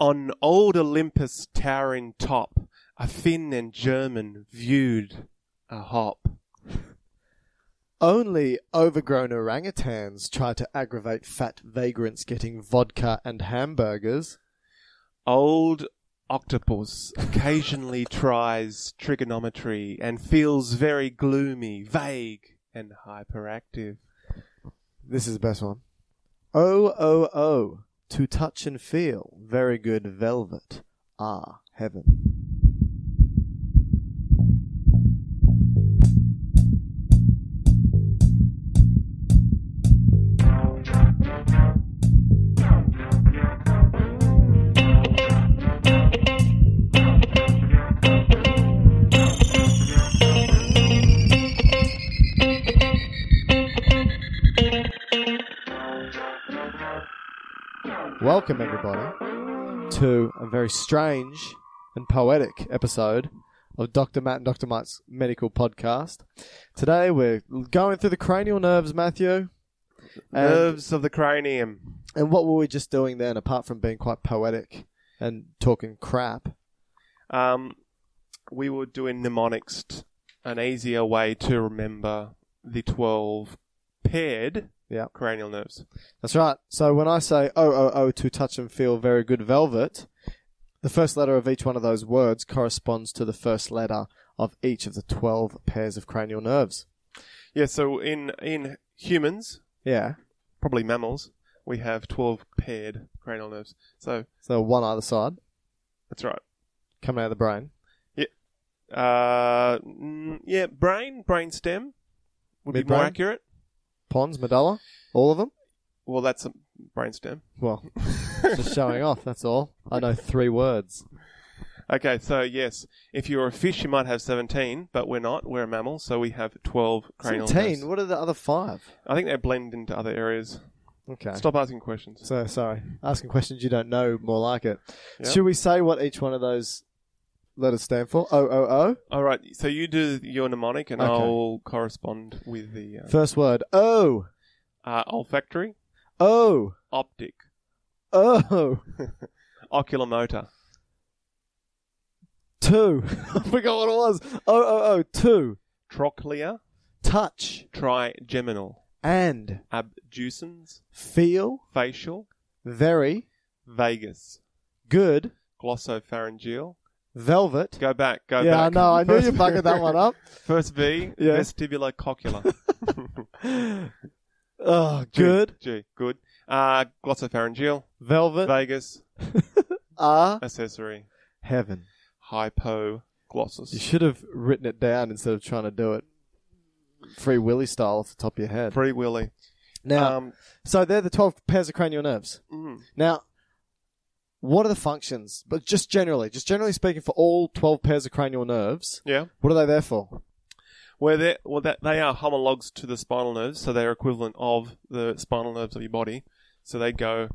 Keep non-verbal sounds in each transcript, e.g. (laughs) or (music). On old Olympus towering top, a Finn and German viewed a hop. Only overgrown orangutans try to aggravate fat vagrants getting vodka and hamburgers. Old octopus occasionally (laughs) tries trigonometry and feels very gloomy, vague, and hyperactive. This is the best one. Oh, oh, oh. To touch and feel. Very good velvet. Ah, heaven. Welcome, everybody, to a very strange and poetic Oh, episode of Dr. Matt and Dr. Mike's medical podcast. Today, we're going through the cranial nerves, Matthew. And, Nerves of the cranium. and what were we just doing then, apart from being quite poetic and talking crap? Um, we were doing mnemonics, t- an easier way to remember the 12 paired Yeah. cranial nerves. That's right. So when I say oh oh oh to touch and feel very good velvet, the first letter of each one of those words corresponds to the first letter of each of the twelve pairs of cranial nerves. Yeah, so in, in humans, Yeah. probably mammals, we have 12 paired cranial nerves. So So one either side that's right. coming out of the brain. Uh, mm, yeah, brain, brain stem would be more Midbrain? accurate. Pons, medulla, all of them. Well, that's a brain stem. (laughs) Well, just showing off. That's all. I know three words. Okay, so yes, if you're a fish, you might have 17, but we're not. We're a mammal, so we have 12 cranial Seventeen. nerves. What are the other five? I think they blend into other areas. Okay. Stop asking questions. So sorry, asking questions you don't know. More like it. Yeah. Should we say what each one of those letters stand for? Oh oh oh. All right, so you do your mnemonic, and Okay. I'll correspond with the uh, First word. Oh uh, olfactory, oh. optic, (laughs) Oh, oculomotor. (laughs) two. (laughs) I forgot what it was. Oh, oh, oh, two. trochlea, Touch trigeminal, and abducens, feel facial, very vagus, good. glossopharyngeal. Velvet. Go back, go yeah, I back. know. I knew First- you bugged that one up. (laughs) First V, Yeah. (laughs) vestibulococcular. Oh, G, good. G, good. Uh, glossopharyngeal, Velvet. vagus, Ah, accessory, heaven. You hypoglossus. should have written it down instead of trying to do it free willy style off the top of your head. Free willy. Now, Um, so they're the 12 pairs of cranial nerves. mm, Now, what are the functions? But just generally, just generally speaking, for all 12 pairs of cranial nerves, yeah. what are they there for? Where they well, that they are homologs to the spinal nerves, so they're equivalent of the spinal nerves of your body. So they go,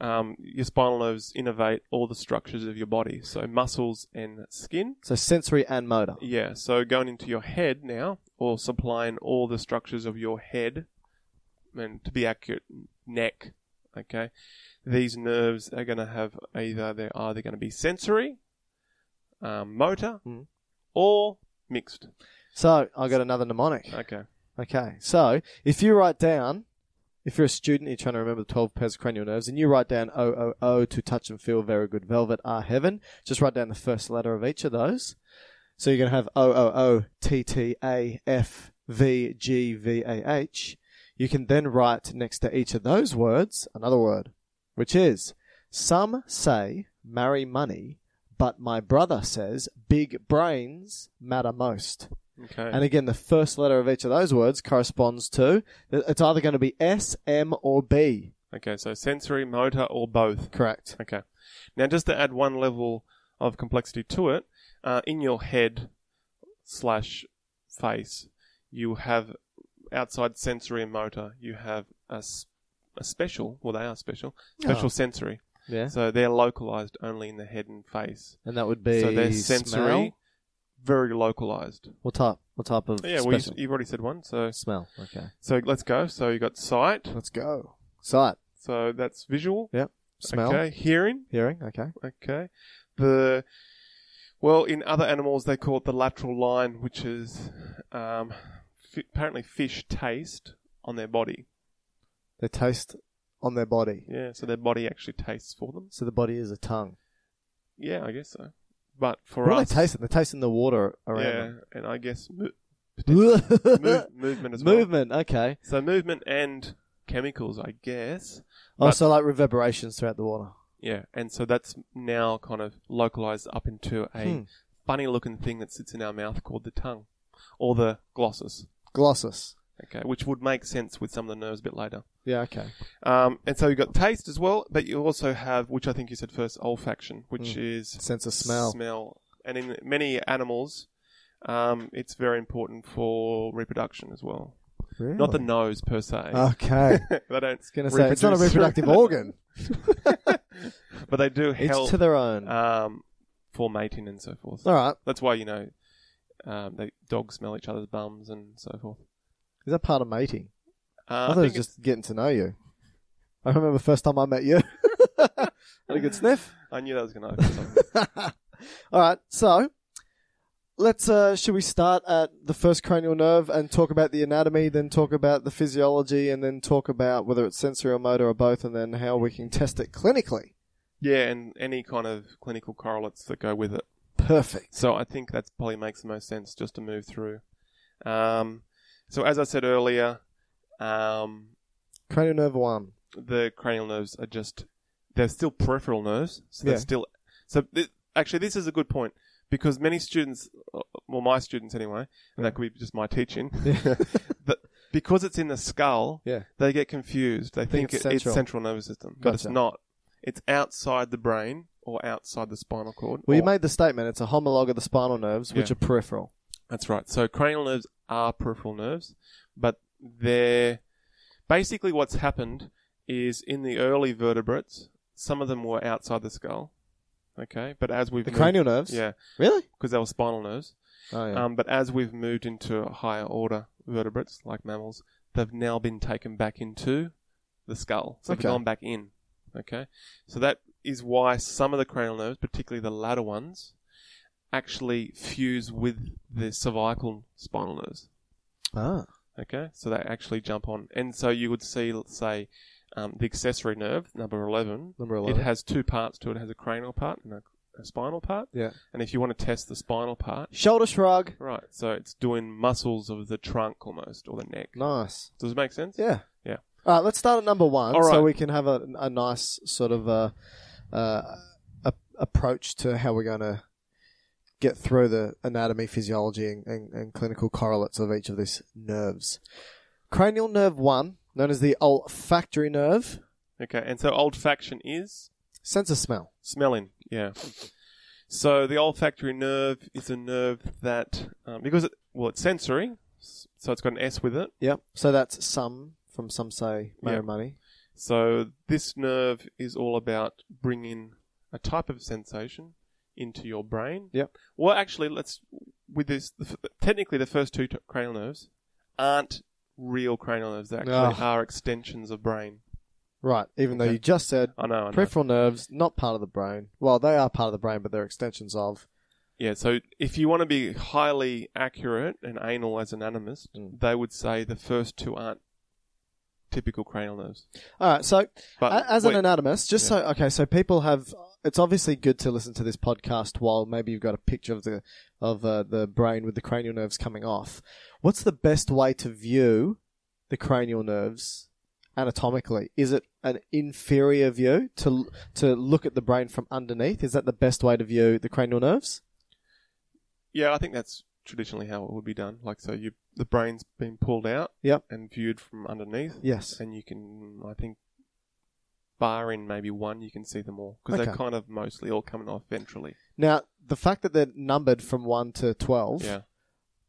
um, your spinal nerves innervate all the structures of your body, so muscles and skin. So sensory and motor. Yeah, so going into your head now, or supplying all the structures of your head, and to be accurate, neck, Okay, these nerves are going to have either they're either going to be sensory, um, motor, Mm. or mixed. So I got another mnemonic. Okay. Okay, so if you write down, if you're a student, you're trying to remember the 12 pairs of cranial nerves, and you write down OOO to touch and feel, very good, velvet, are heaven, just write down the first letter of each of those. So you're going to have OOO, TTAF, VGVAH. You can then write next to each of those words another word, which is some say marry money, but my brother says big brains matter most. Okay. And again, the first letter of each of those words corresponds to it's either going to be S, M, or B. okay. So sensory, motor, or both. Correct. Okay. Now, just to add one level of complexity to it, uh, in your head slash face, you have outside sensory and motor. You have a, s- a special. Well, they are special. Special Oh. sensory. Yeah. So they're localized only in the head and face. and that would be so they're sensory, Smell? very localized. What type? What type of Yeah. Well, you, special? you've already said one. So smell? Okay. so let's go. So you got sight. Let's go. Sight. So that's visual. Yep. Smell. Okay. Hearing. Hearing. Okay. Okay. The well, in other animals, they call it the lateral line, which is um, fi- apparently fish taste on their body. They taste on their body. Yeah, so their body actually tastes for them. So the body is a tongue. Yeah, I guess so. But for What are us, they tasting? They're tasting the water around yeah, them. and I guess (laughs) mo- Move, (laughs) move, movement as well. Movement. Okay. So movement and chemicals, I guess. Oh, But- so like reverberations throughout the water. Yeah, and so that's now kind of localized up into a Hmm. funny-looking thing that sits in our mouth called the tongue, or the glossus. Glossus. Okay, which would make sense with some of the nerves a bit later. Yeah. Okay. Um, and so you've got taste as well, but you also have, which I think you said first, olfaction, which is Mm. Sense of smell. Smell, and in many animals, um, it's very important for reproduction as well. Really? Ah. Not the nose per se. (laughs) Okay. (laughs) they don't. It's going to say it's not (laughs) a reproductive organ. but they do (laughs) It's help to their own. um, for mating and so forth. Uh, All right. That's why you know um, they dogs smell each other's bums and so forth. Is that part of mating? Uh, I thought it was think just getting to know you. I remember the first time I met you. (laughs) Had a (laughs) good sniff. it's- (laughs) I knew that was going to open something. All right. So let's. Uh, should we start at the first cranial nerve and talk about the anatomy, then talk about the physiology, and then talk about whether it's sensory or motor or both, and then how we can test it clinically? yeah, and any kind of clinical correlates that go with it. Perfect. So I think that probably makes the most sense just to move through. Um, so as I said earlier, um, Cranial nerve one. the cranial nerves are just they're still peripheral nerves, so they're Yeah. still so th- actually this is a good point because many students, uh, well my students anyway, and that could be just my teaching, that because it's in the skull, (laughs) Yeah. they get confused. They think, it's it, it's central. central nervous system, but it's Gotcha. not. It's outside the brain or outside the spinal cord. Well, you or- made the statement. It's a homologue of the spinal nerves, which Yeah. are peripheral. That's right. So cranial nerves are peripheral nerves, but they're basically what's happened is in the early vertebrates, some of them were outside the skull. Okay, but as we've The moved- cranial nerves. yeah, Really? because they were spinal nerves. Oh yeah. Um, but as we've moved into higher order vertebrates like mammals, they've now been taken back into the skull. So Okay. they've gone back in. Okay, so that is why some of the cranial nerves, particularly the latter ones, actually fuse with the cervical spinal nerves. ah. Okay, so they actually jump on, and so you would see, let's say, um, the accessory nerve, number eleven. Number 11. It has two parts to it. It has a cranial part and a, a spinal part. Yeah. And if you want to test the spinal part, Shoulder shrug. Right, so it's doing muscles of the trunk almost, or the neck. Nice. Does it make sense? Yeah. Yeah. All right. Let's start at number one, All right. so we can have a, a nice sort of uh, uh, a, approach to how we're going to get through the anatomy, physiology, and, and, and clinical correlates of each of these nerves. Cranial nerve one, known as the olfactory nerve, Okay, and so olfaction is sense of smell. smelling. Yeah. So the olfactory nerve is a nerve that, um, because it, well, it's sensory, s- so it's got an S with it. Yep. So that's some from some say marry Yeah. money. So this nerve is all about bringing a type of sensation into your brain. Yep. Well, actually, let's with this. The, f- technically, the first two t- cranial nerves aren't real cranial nerves. They actually Ah. are extensions of brain. Right, even though Okay. you just said I know. I know. peripheral nerves, not part of the brain. Well, they are part of the brain, but they're extensions of. Yeah, so if you want to be highly accurate and anal as an anatomist, Mm. they would say the first two aren't typical cranial nerves. All right, so But A- as wait, an anatomist, just so okay, so people have. It's obviously good to listen to this podcast while maybe you've got a picture of the of uh, the brain with the cranial nerves coming off. What's the best way to view the cranial nerves anatomically? Is it an inferior view to l- to look at the brain from underneath? Is that the best way to view the cranial nerves? yeah, I think that's traditionally how it would be done. Like, so you the brain's been pulled out Yep. and viewed from underneath. Yes. and you can, I think, barring maybe one, you can see them all because they're Okay. kind of mostly all coming off ventrally. Now, the fact that they're numbered from one to twelve. Yeah.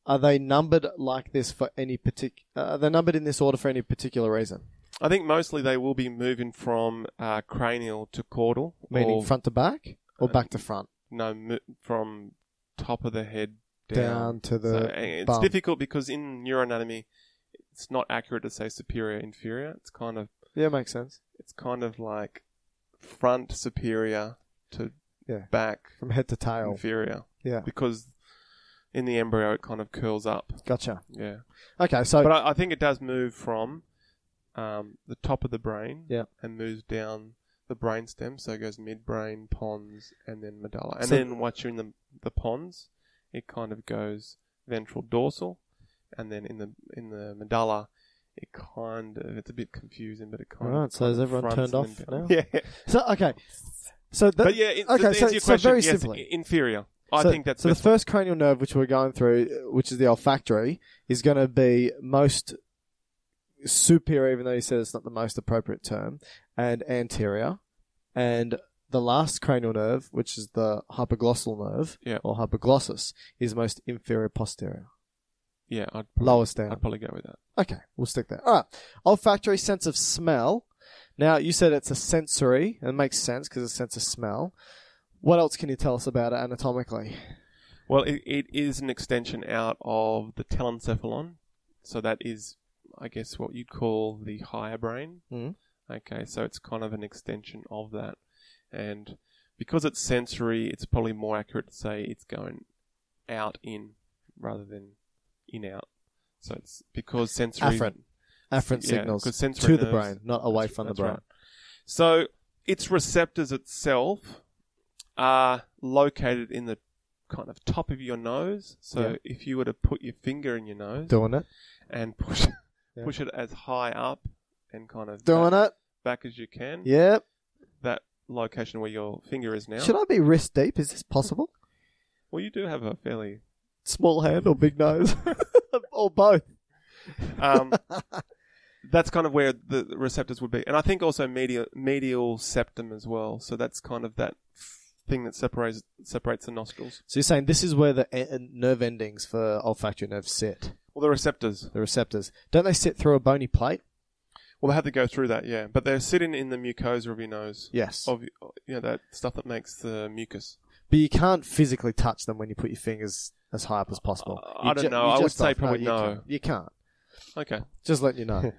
Are they numbered like this for any particular? Are they numbered in this order for any particular reason? I think mostly they will be moving from uh, cranial to caudal, Meaning or- front to back or uh, back to front? no mo- from top of the head down, Down to the So, eh, it's bum. difficult because in neuroanatomy, it's not accurate to say superior inferior. It's kind of Yeah, makes sense. it's kind of like front superior to Yeah. back From head to tail. inferior Yeah. because in the embryo it kind of curls up. Gotcha. Yeah. Okay, so but I, I think it does move from um, the top of the brain Yeah. and moves down the brain stem. So it goes midbrain, pons, and then medulla. And So- then once you're in the, the pons, it kind of goes ventral dorsal. And then in the in the medulla, it kind of it's a bit confusing, but it kind Alright, of so is kind of everyone fronts turned and off then down. now? (laughs) Yeah, so okay, so that, but yeah. It, okay, okay, so, so, your question, so very yes, simply, i- inferior. I So- think that's so. The best. first cranial nerve which we're going through, uh, which is the olfactory, is going to be most superior, even though you said it's not the most appropriate term, and anterior, and the last cranial nerve, which is the hypoglossal nerve Yeah. or hypoglossus, is most inferior posterior, yeah, I'd lowest down. I'd probably go with that. Okay, we'll stick there. All right. Olfactory sense of smell. Now, you said it's a sensory, and it makes sense because it's a sense of smell. What else can you tell us about it anatomically? Well, it, it is an extension out of the telencephalon. So that is, I guess, what you'd call the higher brain. Mm. Okay, so it's kind of an extension of that. And because it's sensory, it's probably more accurate to say it's going out in rather than in out. So it's because sensory. Afferent. Afferent Yeah, signals 'cause to sensory the nerves- brain, not away that's- from the that's brain. right. So its receptors itself are located in the kind of top of your nose. So Yeah. if you were to put your finger in your nose Doing it. and push (laughs) Yeah. push it as high up and kind of Doing back, it. back as you can, Yep. that location where your finger is now. Should I be wrist deep? Is this possible? Well, you do have a fairly Small hand or big nose? (laughs) or both? um, that's kind of where the the receptors would be, and I think also medial medial septum as well. So that's kind of that thing that separates separates the nostrils. So you're saying this is where the e- e- nerve endings for olfactory nerves sit, Well, the receptors. the receptors. Don't they sit through a bony plate? Well, they have to go through that, yeah. But they're sitting in the mucosa of your nose. Yes. Of you know that stuff that makes the mucus. But you can't physically touch them when you put your fingers as high up as possible. Uh, You I don't know. you I would just say don't- probably you no. Can't. You can't. Okay. Just let (laughs) you know.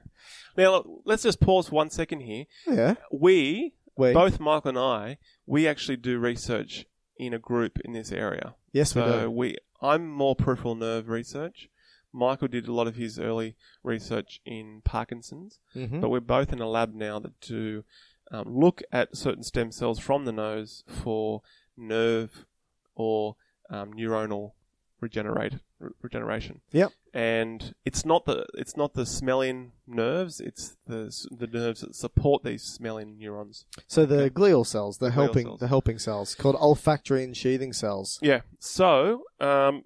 Now look, let's just pause for one second here. yeah. We, We. both Michael and I, we actually do research in a group in this area. Yes, we So do. we, I'm more peripheral nerve research. Michael did a lot of his early research in Parkinson's, Mhm. but we're both in a lab now that do um, look at certain stem cells from the nose for nerve or um, neuronal regenerate re- regeneration. Yep. And it's not the it's not the smelling nerves; it's the s- the nerves that support these smelling neurons. So the glial cells, the Glial helping, cells. the helping cells, called olfactory and sheathing cells. Yeah. So, um,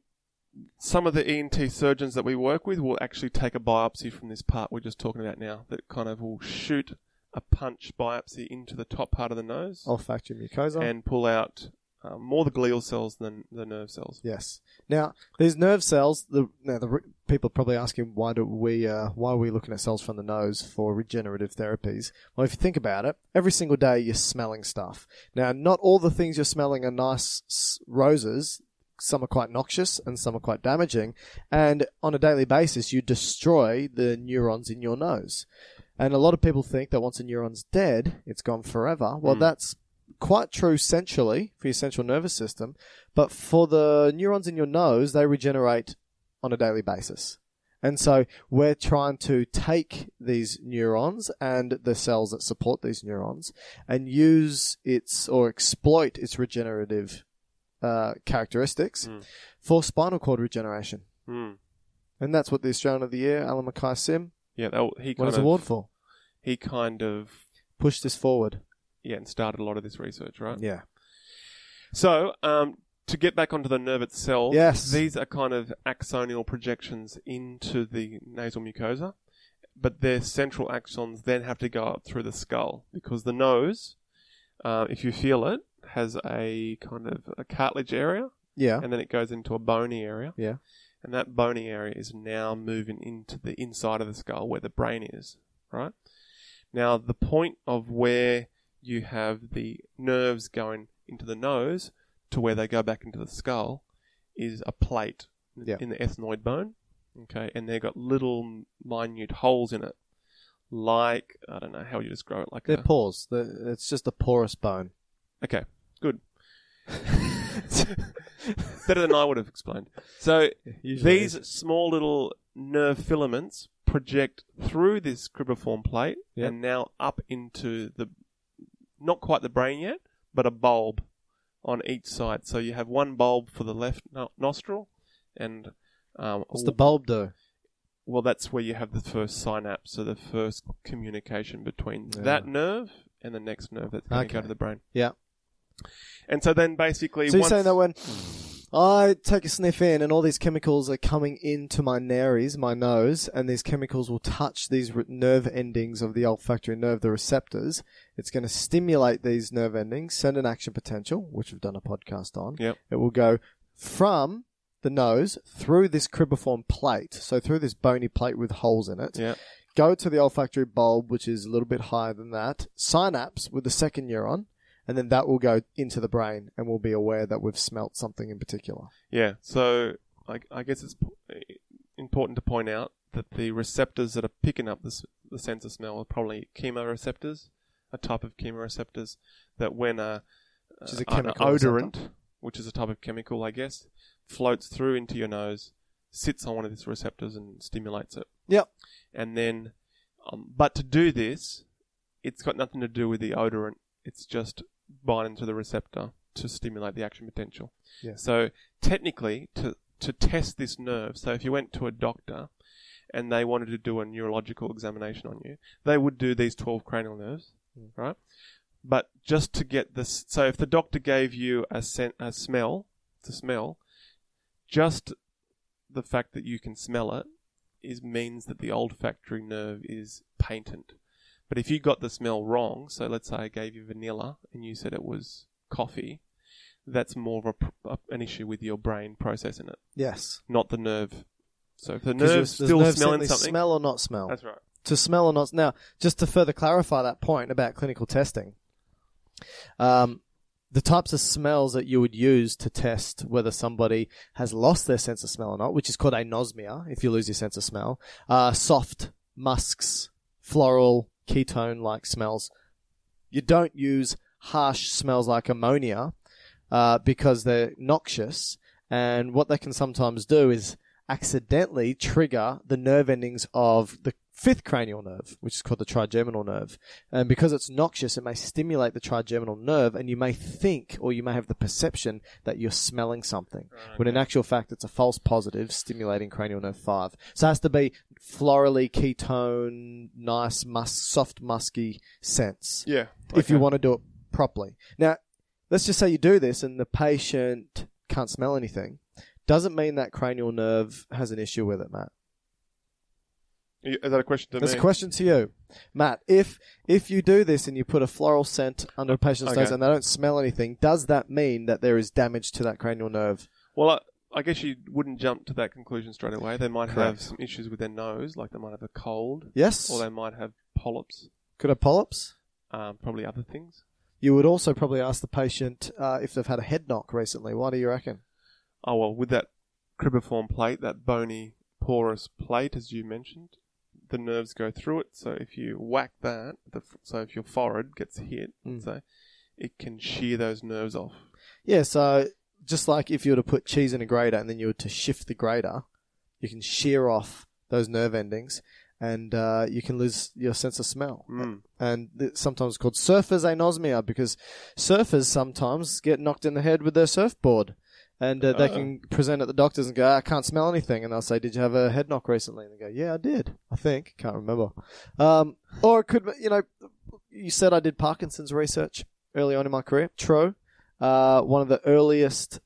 some of the ENT surgeons that we work with will actually take a biopsy from this part we're just talking about now that kind of will shoot a punch biopsy into the top part of the nose Olfactory mucosa. and pull out uh, more the glial cells than the nerve cells. yes. Now these nerve cells. The now the re- people are probably asking why do we uh, why are we looking at cells from the nose for regenerative therapies? Well, if you think about it, every single day you're smelling stuff. Now, not all the things you're smelling are nice s- roses. Some are quite noxious and some are quite damaging. And on a daily basis, you destroy the neurons in your nose. And a lot of people think that once a neuron's dead, it's gone forever. Well, that's quite true centrally for your central nervous system, but for the neurons in your nose, they regenerate on a daily basis. And so we're trying to take these neurons and the cells that support these neurons and use its or exploit its regenerative uh, characteristics for spinal cord regeneration. Hmm. And that's what the Australian of the Year, Alan Mackay Sim, Yeah, that, he won kind his of award for. he kind of Push this forward. yeah, and started a lot of this research, right? Yeah. So, um, to get back onto the nerve itself, Yes. these are kind of axonal projections into the nasal mucosa, but their central axons then have to go up through the skull because the nose, uh, if you feel it, has a kind of a cartilage area, Yeah. and then it goes into a bony area, Yeah. and that bony area is now moving into the inside of the skull where the brain is, right? Now, the point of where you have the nerves going into the nose to where they go back into the skull is a plate Yeah. in the ethmoid bone, okay? And they've got little minute holes in it, like, I don't know how you describe it, like They're a, pores. They're, it's just a porous bone. Okay, (laughs) good. (laughs) Better than I would have explained. So usually these small little nerve filaments project through this cribriform plate Yep. and now up into the not quite the brain yet, but a bulb on each side. So you have one bulb for the left no- nostril, and um, What's the bulb do? well, that's where you have the first synapse, so the first communication between Yeah. that nerve and the next nerve that's going to go Okay. to the brain. Yeah. And so then basically, So you're once, saying that when I take a sniff in and all these chemicals are coming into my nares, my nose, and these chemicals will touch these re- nerve endings of the olfactory nerve, the receptors. It's going to stimulate these nerve endings, send an action potential, which we've done a podcast on. Yep. It will go from the nose through this cribriform plate, so through this bony plate with holes in it. yeah, go to the olfactory bulb, which is a little bit higher than that, synapse with the second neuron, and then that will go into the brain and we'll be aware that we've smelt something in particular. yeah. So I, I guess it's po- important to point out that the receptors that are picking up this the sense of smell are probably chemoreceptors, a type of chemoreceptors that when a Which is a uh, an chemical odorant, receptor. which is a type of chemical, I guess, floats through into your nose, sits on one of these receptors and stimulates it. Yep. and then um, but to do this it's got nothing to do with the odorant it's just binding to the receptor to stimulate the action potential Yeah. so technically to to test this nerve so if you went to a doctor and they wanted to do a neurological examination on you they would do these 12 cranial nerves right but just to get this so if the doctor gave you a scent a smell to smell just the fact that you can smell it is means that the olfactory nerve is patent. But if you got the smell wrong, so let's say I gave you vanilla and you said it was coffee, that's more of a, pr- a, an issue with your brain processing it, Yes. not the nerve. So if the 'Cause nerve's there's still nerve smelling centers, something, Smell or not smell. that's right. to smell or not. Now, just to further clarify that point about clinical testing, um, the types of smells that you would use to test whether somebody has lost their sense of smell or not, which is called anosmia, if you lose your sense of smell, are Uh, soft, musks, floral, ketone like smells. You don't use harsh smells like ammonia uh, because they're noxious. And what they can sometimes do is accidentally trigger the nerve endings of the fifth cranial nerve, which is called the trigeminal nerve. And because it's noxious, it may stimulate the trigeminal nerve, and you may think or you may have the perception that you're smelling something, when in actual fact, it's a false positive stimulating cranial nerve 5. So it has to be florally, ketone, nice, mus- soft, musky scents Yeah. if you want to do it properly. Now, let's just say you do this and the patient can't smell anything. Doesn't mean that cranial nerve has an issue with it, Matt. Is that a question to That's me? a question to you, Matt. If if you do this and you put a floral scent under a patient's Okay. nose and they don't smell anything, does that mean that there is damage to that cranial nerve? Well, I, I guess you wouldn't jump to that conclusion straight away. They might Correct. have some issues with their nose, like they might have a cold, Yes. or they might have polyps, Could have polyps. um, probably other things. You would also probably ask the patient uh, if they've had a head knock recently. Why do you reckon? Oh well, with that cribriform plate, that bony porous plate, as you mentioned, the nerves go through it. So if you whack that, the, f- so if your forehead gets hit, Mm. so it can shear those nerves off. Yeah, so just like if you were to put cheese in a grater and then you were to shift the grater, you can shear off those nerve endings and uh, you can lose your sense of smell. Mm. And it's sometimes called surfer's anosmia because surfers sometimes get knocked in the head with their surfboard. And uh, they Oh. can present at the doctors and go, "Ah, I can't smell anything. And they'll say, Did you have a head knock recently? And they go, Yeah, I did. I think. Can't remember. Um, or it could, be- you know, you said I did Parkinson's research early on in my career. True. Uh, one of the earliest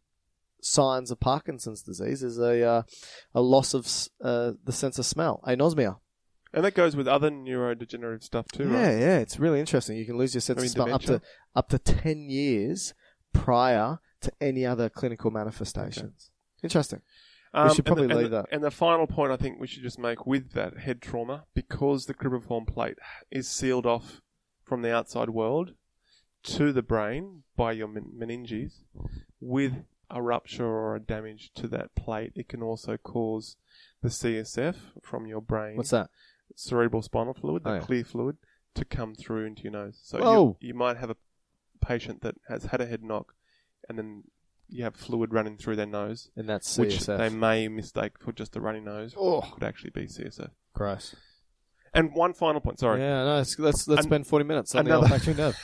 signs of Parkinson's disease is a uh, a loss of s- uh, the sense of smell, anosmia. And that goes with other neurodegenerative stuff too, yeah, right? yeah, it's really interesting. You can lose your sense I mean, of smell dementia. up to up to ten years prior to any other clinical manifestations. Interesting. Um, should probably and the, and leave the- that. And the final point I think we should just make with that head trauma, because the cribiform plate is sealed off from the outside world to the brain by your men- meninges, with a rupture or a damage to that plate, it can also cause the CSF from your brain, What's that? cerebral spinal fluid, the Oh, yeah. clear fluid, to come through into your nose. So Whoa. you, you might have a patient that has had a head knock, and then you have fluid running through their nose And that's which CSF. they may mistake for just a runny nose. Oh. Could actually be CSF. Gross. And one final point, sorry. Yeah, (laughs) no, it's, let's let's An- spend forty minutes on another- the olfactory nerve.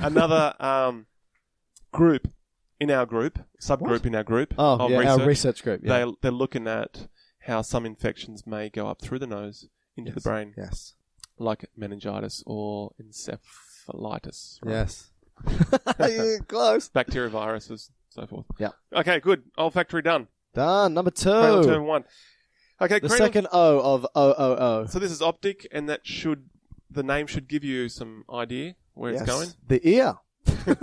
(laughs) Another um, group in our group, subgroup What? in our group Oh, of yeah, research, our research group. Yeah. they, they're looking at how some infections may go up through the nose into the Yes, brain, Yes. like meningitis or encephalitis. right? (laughs) Yes. Yeah, Close. Bacterioviruses, so forth. Yeah. Okay, good. Olfactory done. Done. Number two. Cranial term one. Okay, The cranial- second O of O O O. So this is optic, and that should the name should give you some idea where Yes. it's going. The (laughs) ear. So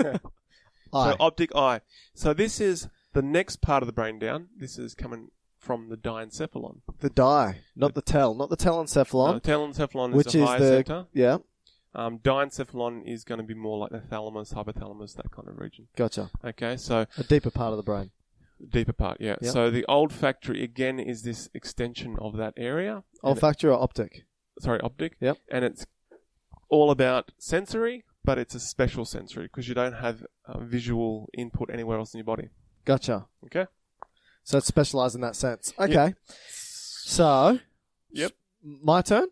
oh. optic eye. So this is the next part of the brain down. This is coming from the diencephalon. the die, not the tell, not the telencephalon, Now, telencephalon which is the is the higher sector. yeah. Um, diencephalon is going to be more like the thalamus, hypothalamus, that kind of region. Gotcha. Okay, so A deeper part of the brain. deeper part, yeah. Yep. So the olfactory again is this extension of that area. And Olfactory or optic? it- sorry, optic. Yep. And it's all about sensory, but it's a special sensory because you don't have uh, visual input anywhere else in your body. Gotcha. Okay. So it's specialised in that sense. Yep. Okay. So Yep. my turn.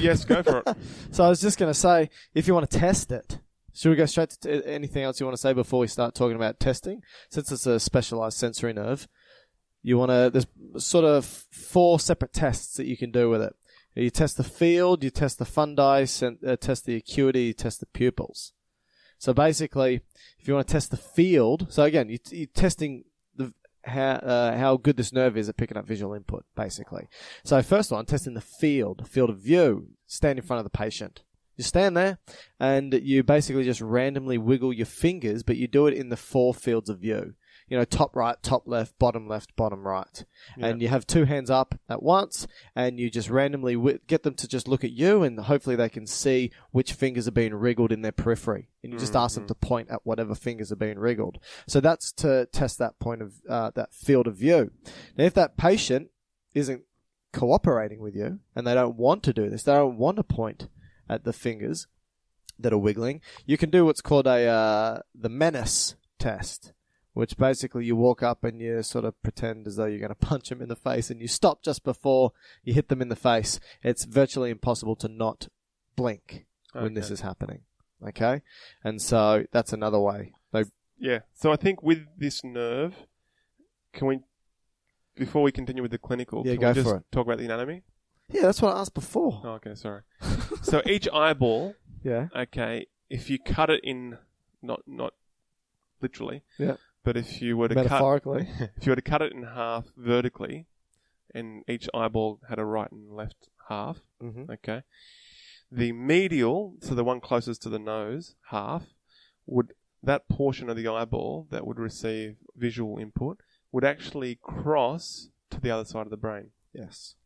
Yes, go for (laughs) it. So I was just going to say, if you want to test it, should we go straight to t- anything else you want to say before we start talking about testing? Since it's a specialized sensory nerve, you want to. There's sort of four separate tests that you can do with it. You test the field, you test the fundi, sen- uh, test the acuity, you test the pupils. So basically, if you want to test the field, so again, you, you're testing the how uh, how good this nerve is at picking up visual input, basically. So first one, testing the field, field of view. Stand in front of the patient. You stand there, and you basically just randomly wiggle your fingers, but you do it in the four fields of view. You know, top right, top left, bottom left, bottom right, and you have two hands up at once, and you just randomly wi- get them to just look at you, and hopefully they can see which fingers are being wriggled in their periphery, and you just ask them to point at whatever fingers are being wriggled. So that's to test that point of uh, that field of view. Now, if that patient isn't cooperating with you and they don't want to do this, they don't want to point at the fingers that are wiggling, you can do what's called a uh, the menace test, which basically you walk up and you sort of pretend as though you're going to (laughs) punch them in the face and you stop just before you hit them in the face. It's virtually impossible to not blink when this Okay. is happening. Okay? And so that's another way. They Yeah. So I think with this nerve, can we, before we continue with the clinical, Yeah, can go we just for it. talk about the (laughs) anatomy? Yeah, that's what I asked before. Oh, okay, sorry. so each eyeball, Yeah. okay, if you cut it in, not not literally, Yeah. but if you were to cut, Metaphorically. (laughs) if you were to cut it in half vertically, and each eyeball had a right and left half, hmm Okay. The medial, so the one closest to the nose, half, would that portion of the eyeball that would receive visual input would actually cross to the other side of the brain. Yes.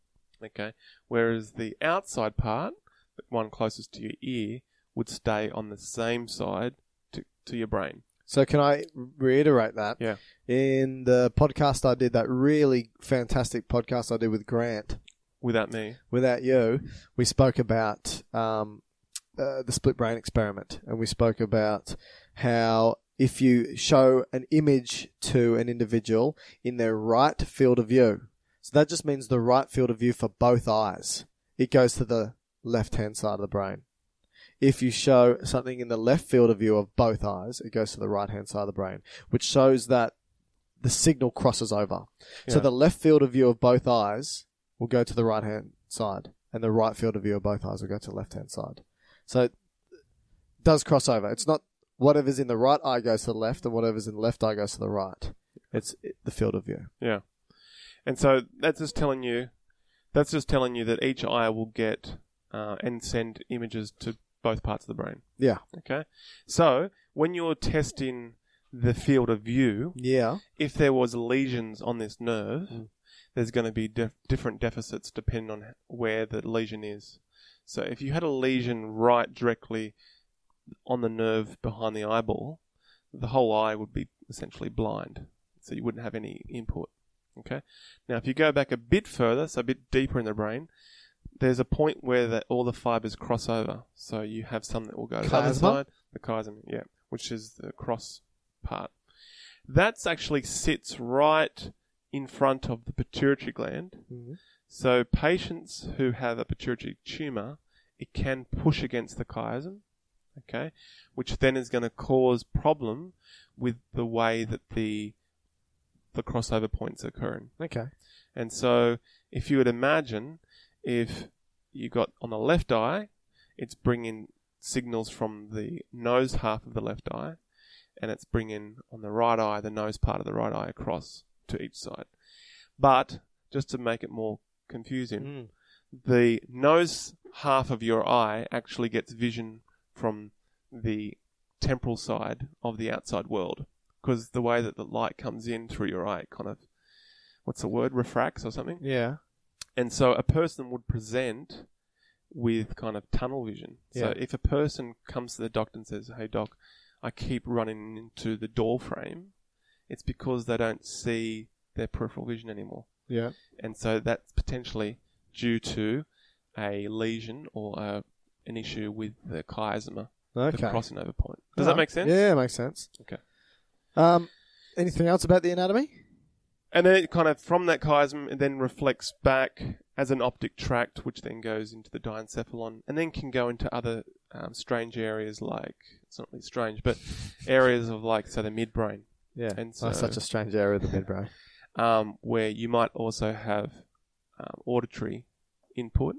Okay. Whereas the outside part, the one closest to your ear, would stay on the same side to, to your brain. So can I reiterate that? Yeah. In the podcast I did, that really fantastic podcast I did with Grant, without me. without you, we spoke about um, uh, the split brain experiment, and we spoke about how if you show an image to an individual in their right field of view, so that just means the right field of view for both eyes, it goes to the left hand side of the brain. If you show something in the left field of view of both eyes, it goes to the right hand side of the brain, which shows that the signal crosses over. So Yeah. the left field of view of both eyes will go to the right hand side, and the right field of view of both eyes will go to the left hand side. So it does cross over. It's not whatever's in the right eye goes to the left, and whatever's in the left eye goes to the right. It's it- the field of view. Yeah. And so that's just telling you, that's just telling you that each eye will get uh, and send images to both parts of the brain. Yeah. Okay. So when you're testing the field of view, Yeah. if there was lesions on this nerve, there's going to be dif- different deficits depending on h- where the lesion is. So if you had a lesion right directly on the nerve behind the eyeball, the whole eye would be essentially blind. So you wouldn't have any input. Okay. Now if you go back a bit further, so a bit deeper in the brain, there's a point where that all the fibers cross over. So you have some that will go to the other Chiasma? side, the chiasm, yeah, which is the cross part. That's actually sits right in front of the pituitary gland. So patients who have a pituitary tumor, it can push against the chiasm, okay, which then is going to cause problem with the way that the the crossover points are occurring. Okay. And so, if you would imagine, if you got on the left eye, it's bringing signals from the nose half of the left eye, and it's bringing on the right eye, the nose part of the right eye across to each side. But just to make it more Hmm. confusing, the nose half of your eye actually gets vision from the temporal side of the outside world because the way that the light comes in through your eye it kind of what's the word refracts or something Yeah. and so a person would present with kind of tunnel vision. Yeah. So if a person comes to the doctor and says, "Hey doc, I keep running into the door frame," it's because they don't see their peripheral vision anymore, Yeah. and so that's potentially due to a lesion or a, an issue with the chiasma, Okay. the crossing over point. Does that make sense? Yeah, it makes sense. Okay. Um, anything else about the anatomy? And then it kind of from that chiasm, it then reflects back as an optic tract, which then goes into the diencephalon, and then can go into other um, strange areas like it's not really strange, but areas of like so the midbrain, Yeah. And so- oh, such a strange area of the midbrain. um, where you might also have um, auditory input,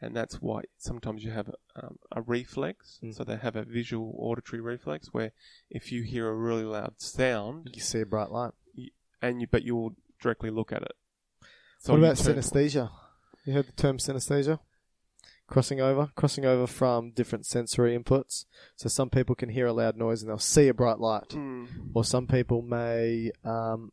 and that's why sometimes you have um, a reflex. Mm. So they have a visual auditory reflex where if you hear a really loud sound, you see a bright light. and you but you will directly look at it. So what you about turn- synesthesia? You heard the term synesthesia? Crossing over, crossing over from different sensory inputs. So some people can hear a loud noise and they'll see a bright light, Hmm. or some people may um,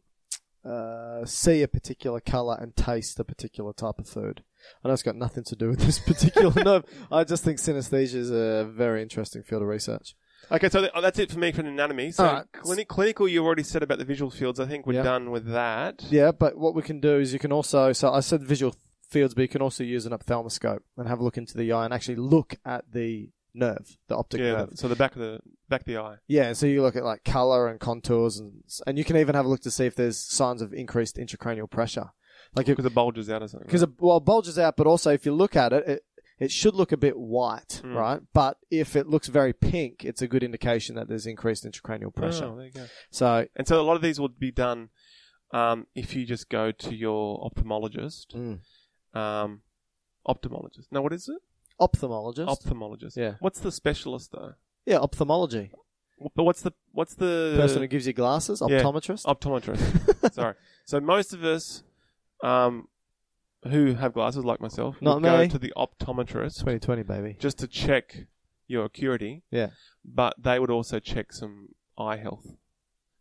uh, see a particular color and taste a particular type of food. I know it's got nothing to do with this (laughs) particular nerve. I just think synesthesia is a very interesting field of research. Okay, so th- oh, that's it for me for anatomy. So Alright. clini- clinical, you already said about the visual fields. I think we're Yeah. done with that. Yeah, but what we can do is you can also. So I said visual fields, but you can also use an ophthalmoscope and have a look into the eye and actually look at the nerve, the optic Yeah, nerve. the- so the back of the back of the eye. Yeah, so you look at like color and contours, and and you can even have a look to see if there's signs of increased intracranial pressure, like Because it bulges out or something. because it well it bulges out, but also if you look at it. it it should look a bit white, Mm. right? But if it looks very pink, it's a good indication that there's increased intracranial right? pressure. Oh, there you go. So, And so a lot of these would be done um, if you just go to your ophthalmologist. Mm. Um, ophthalmologist. No, what is it? ophthalmologist. Ophthalmologist. Yeah. What's the specialist though? yeah, ophthalmology. Wh- But what's the what's the Person who gives you glasses, Uh, Yeah, (laughs) optometrist. (laughs) optometrist. Sorry. So most of us, um, who have glasses like myself, Not would go me. to the optometrist 2020, baby. just to check your acuity, Yeah. but they would also check some eye health.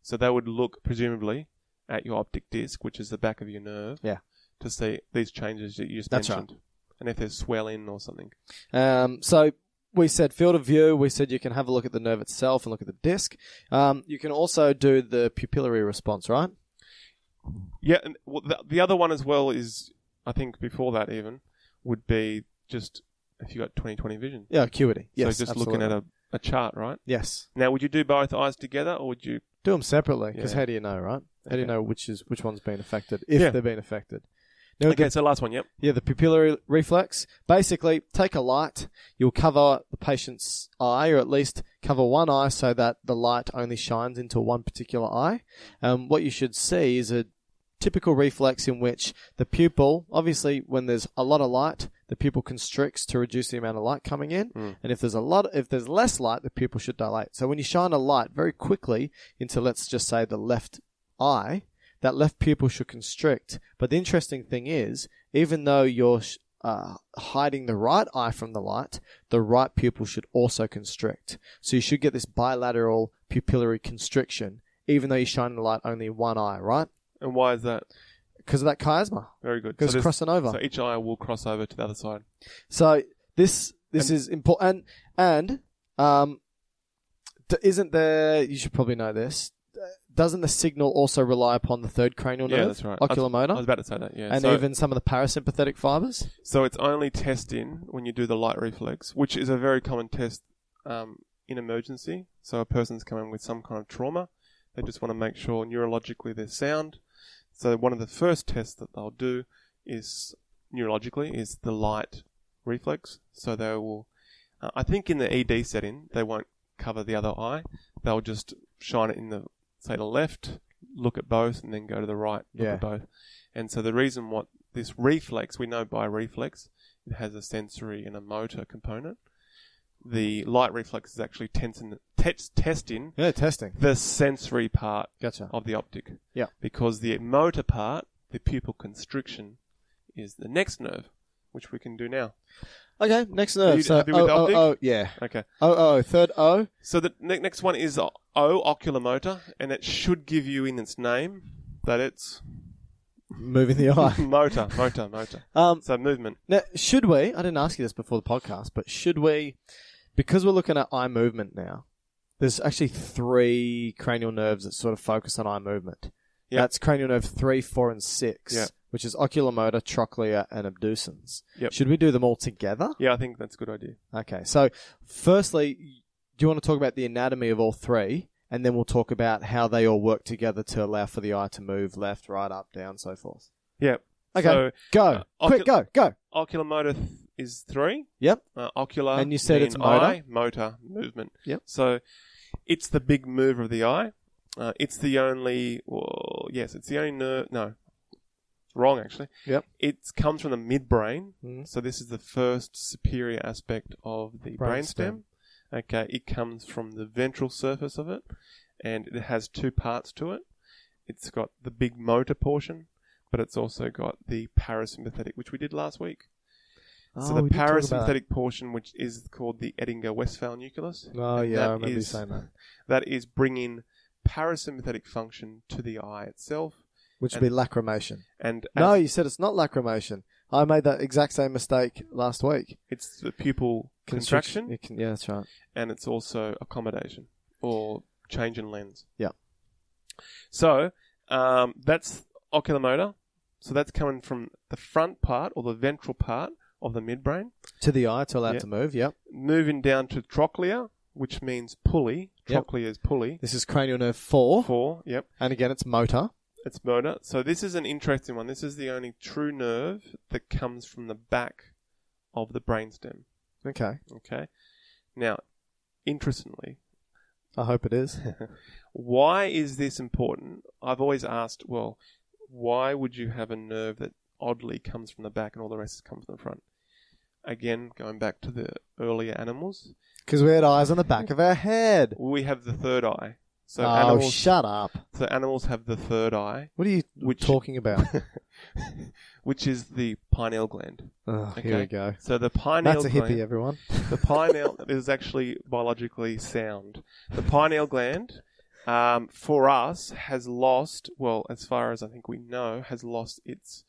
So they would look presumably at your optic disc, which is the back of your nerve, Yeah. to see these changes that you just That's right. mentioned, and if there's swelling or something. Um, so we said field of view. We said you can have a look at the nerve itself and look at the disc. Um, you can also do the pupillary response, right? Yeah, and well, the, the other one as well is I think before that even would be just if you got 20/20 vision. Yeah, acuity. Yes, so just absolutely. looking at a, a chart, right? yes. Now, would you do both eyes together, or would you? Do them separately because Yeah. how do you know, right? How do you Okay. know which is which one's been affected if Yeah. they've been affected? Now, okay, the- so last one. Yep. yeah, the pupillary reflex. Basically, take a light. You'll cover the patient's eye, or at least cover one eye, so that the light only shines into one particular eye. Um, what you should see is a typical reflex in which the pupil, obviously, when there's a lot of light, the pupil constricts to reduce the amount of light coming in. And if there's a lot, if there's less light, the pupil should dilate. So when you shine a light very quickly into, let's just say, the left eye, that left pupil should constrict. But the interesting thing is, even though you're sh- uh, hiding the right eye from the light, the right pupil should also constrict. So you should get this bilateral pupillary constriction, even though you shine the light only in one eye, right? And why is that? Because of that chiasma. Very good. Because there's- crossing over. So each eye will cross over to the other side. So this this is important, and um, d- isn't there? You should probably know this. d- Doesn't the signal also rely upon the third cranial Yeah, nerve, that's right. I was- oculomotor, I was about to say that. Yeah. and so, even some of the parasympathetic fibers? so it's only test in when you do the light reflex, which is a very common test um, in emergency. So a person's coming with some kind of trauma, they just want to make sure neurologically they're sound. So one of the first tests that they'll do is neurologically is the light reflex. So they will, uh, I think in the ED setting they won't cover the other eye. They'll just shine it in the say the left, look at both, and then go to the right, look Yeah. at both. And so the reason what this reflex we know by reflex it has a sensory and a motor component. The light reflex is actually tensing, te- testing Yeah, testing. the sensory part Gotcha. of the optic. Yeah. Because the motor part, the pupil constriction, is the next nerve, which we can do now. Okay, next Are nerve. you So, happy with oh, oh, optic? oh, yeah. Okay. Oh, oh, third O. So the ne- next one is O, oculomotor, and it should give you in its name that (laughs) it's Moving the eye. (laughs) motor, motor, motor. Um, So movement. Now, should we? I didn't ask you this before the podcast, but should we? Because we're looking at eye movement now. There's actually three cranial nerves that sort of focus on eye movement. Yep. That's cranial nerve three, four, and six, Yep. which is oculomotor, trochlea, and abducens. Yep. Should we do them all together? Yeah, I think that's a good idea. Okay. So, firstly, do you want to talk about the anatomy of all three, and then we'll talk about how they all work together to allow for the eye to move left, right, up, down, so forth. Yeah. Okay. So go. uh, Quick, ocul- go. Go. oculomotor th- is three. Yep. uh, ocular. And you said being it's motor? eye, motor movement. Yep. So it's the big move of the eye. Uh, it's the only. Well, yes, it's the only nerve. No, wrong actually. Yep. It comes from the midbrain. Mhm. So this is the first superior aspect of the brainstem. Brainstem. Okay, it comes from the ventral surface of it, and it has two parts to it. It's got the big motor portion, but it's also got the parasympathetic, which we did last week. So Oh, the we did talk about that. parasympathetic portion, which is called the Ettinger-Westphal nucleus, Oh and yeah, that I remember you is- saying that. that is bringing parasympathetic function to the eye itself. Which would be lacrimation. And No, as you said it's not lacrimation. I made that exact same mistake last week. it's the pupil contraction, It can- yeah, that's right. and it's also accommodation or change in lens. Yeah. So um, that's oculomotor. So that's coming from the front part or the ventral part of the midbrain. To the eye to allow Yeah. it to move. Yep. Moving down to trochlea, which means pulley. Yep. Trochlea is pulley. This is cranial nerve four, Four. Yep. and again it's motor. It's motor. So this is an interesting one. This is the only true nerve that comes from the back of the brainstem. Okay, Okay. Now, interestingly, I hope it is. (laughs) why is this important? I've always asked, well, why would you have a nerve that oddly comes from the back and all the rest comes from the front? Again, going back to the earlier animals, Because we had eyes on the back of our head. we have the third eye. So oh, animals, shut up! so animals have the third eye, (laughs) What are you Which- (laughs) talking about? which is the pineal gland. oh, Here we go. So the pineal That's a gland, hippie, everyone. (laughs) The pineal is actually biologically sound. The pineal gland, um, for us, has lost, well, as far as I think we know, has lost its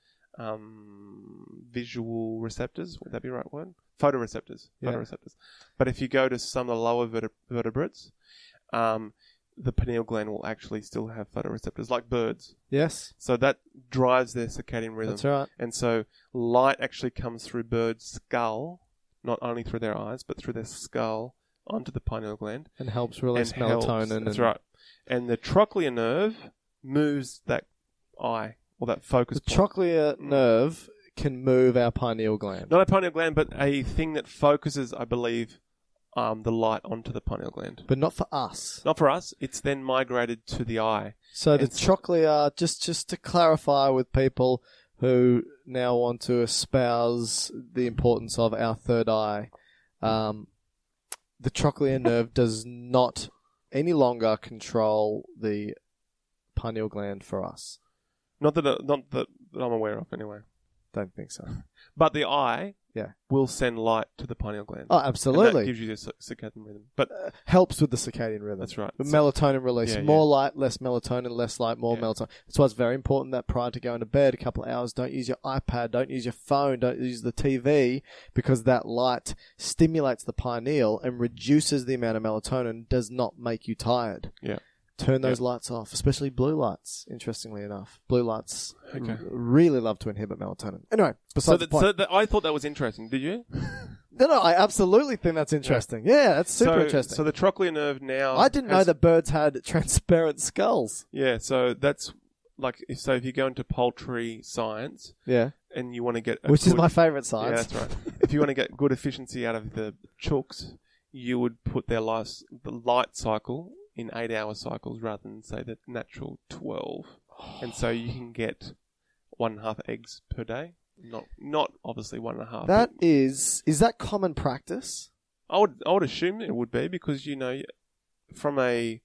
um, visual receptors. Would that be the right word? Photoreceptors. Yeah. Photoreceptors. But if you go to some of the lower verte- vertebrates, um, the pineal gland will actually still have photoreceptors, like birds. Yes. So that drives their circadian rhythm. That's right. And so light actually comes through birds' skull, not only through their eyes, but through their skull onto the pineal gland. And helps release and helps. melatonin. That's and right. And the trochlear nerve moves that eye or that focus The point. trochlear nerve can move our pineal gland. not a pineal gland, but a thing that focuses, I believe, um, the light onto the pineal gland. But not for us. Not for us. It's then migrated to the eye. So the It's- trochlear, uh, just just to clarify with people who now want to espouse the importance of our third eye, um, the trochlear nerve does not any longer control the pineal gland for us. Not that uh, not that, that I'm aware of, anyway. Don't think so. But the eye Yeah. will send light to the pineal gland. Oh, And that absolutely. gives you the cir- circadian rhythm. But Helps with the circadian rhythm. That's right. The So- melatonin release. Yeah, more light, less melatonin, less light, more Yeah. melatonin. That's why it's very important that prior to going to bed, a couple of hours, don't use your iPad, don't use your phone, don't use the TV, because that light stimulates the pineal and reduces the amount of melatonin, does not make you tired. yeah, Turn those lights off, especially blue lights, interestingly enough. Blue lights Okay. r- really love to inhibit melatonin. Anyway, besides so the that, point. so that, I thought that was interesting. Did you? no, no, I absolutely think that's interesting. Yeah, that's super so, interesting. So the trochlear nerve now. I didn't know has- that birds had transparent skulls. Yeah. So that's like if so if you go into poultry science Yeah. and you want to get a Which is (laughs) good- my favourite yeah, science. that's right. if you want to get good efficiency out of the chooks, you would put their life the light cycle in eight hour cycles rather than say the natural twelve, and so you can get one and a half eggs per day. Not not obviously one and a half. but That is is that common practice? I would I would assume it would be because you know, from a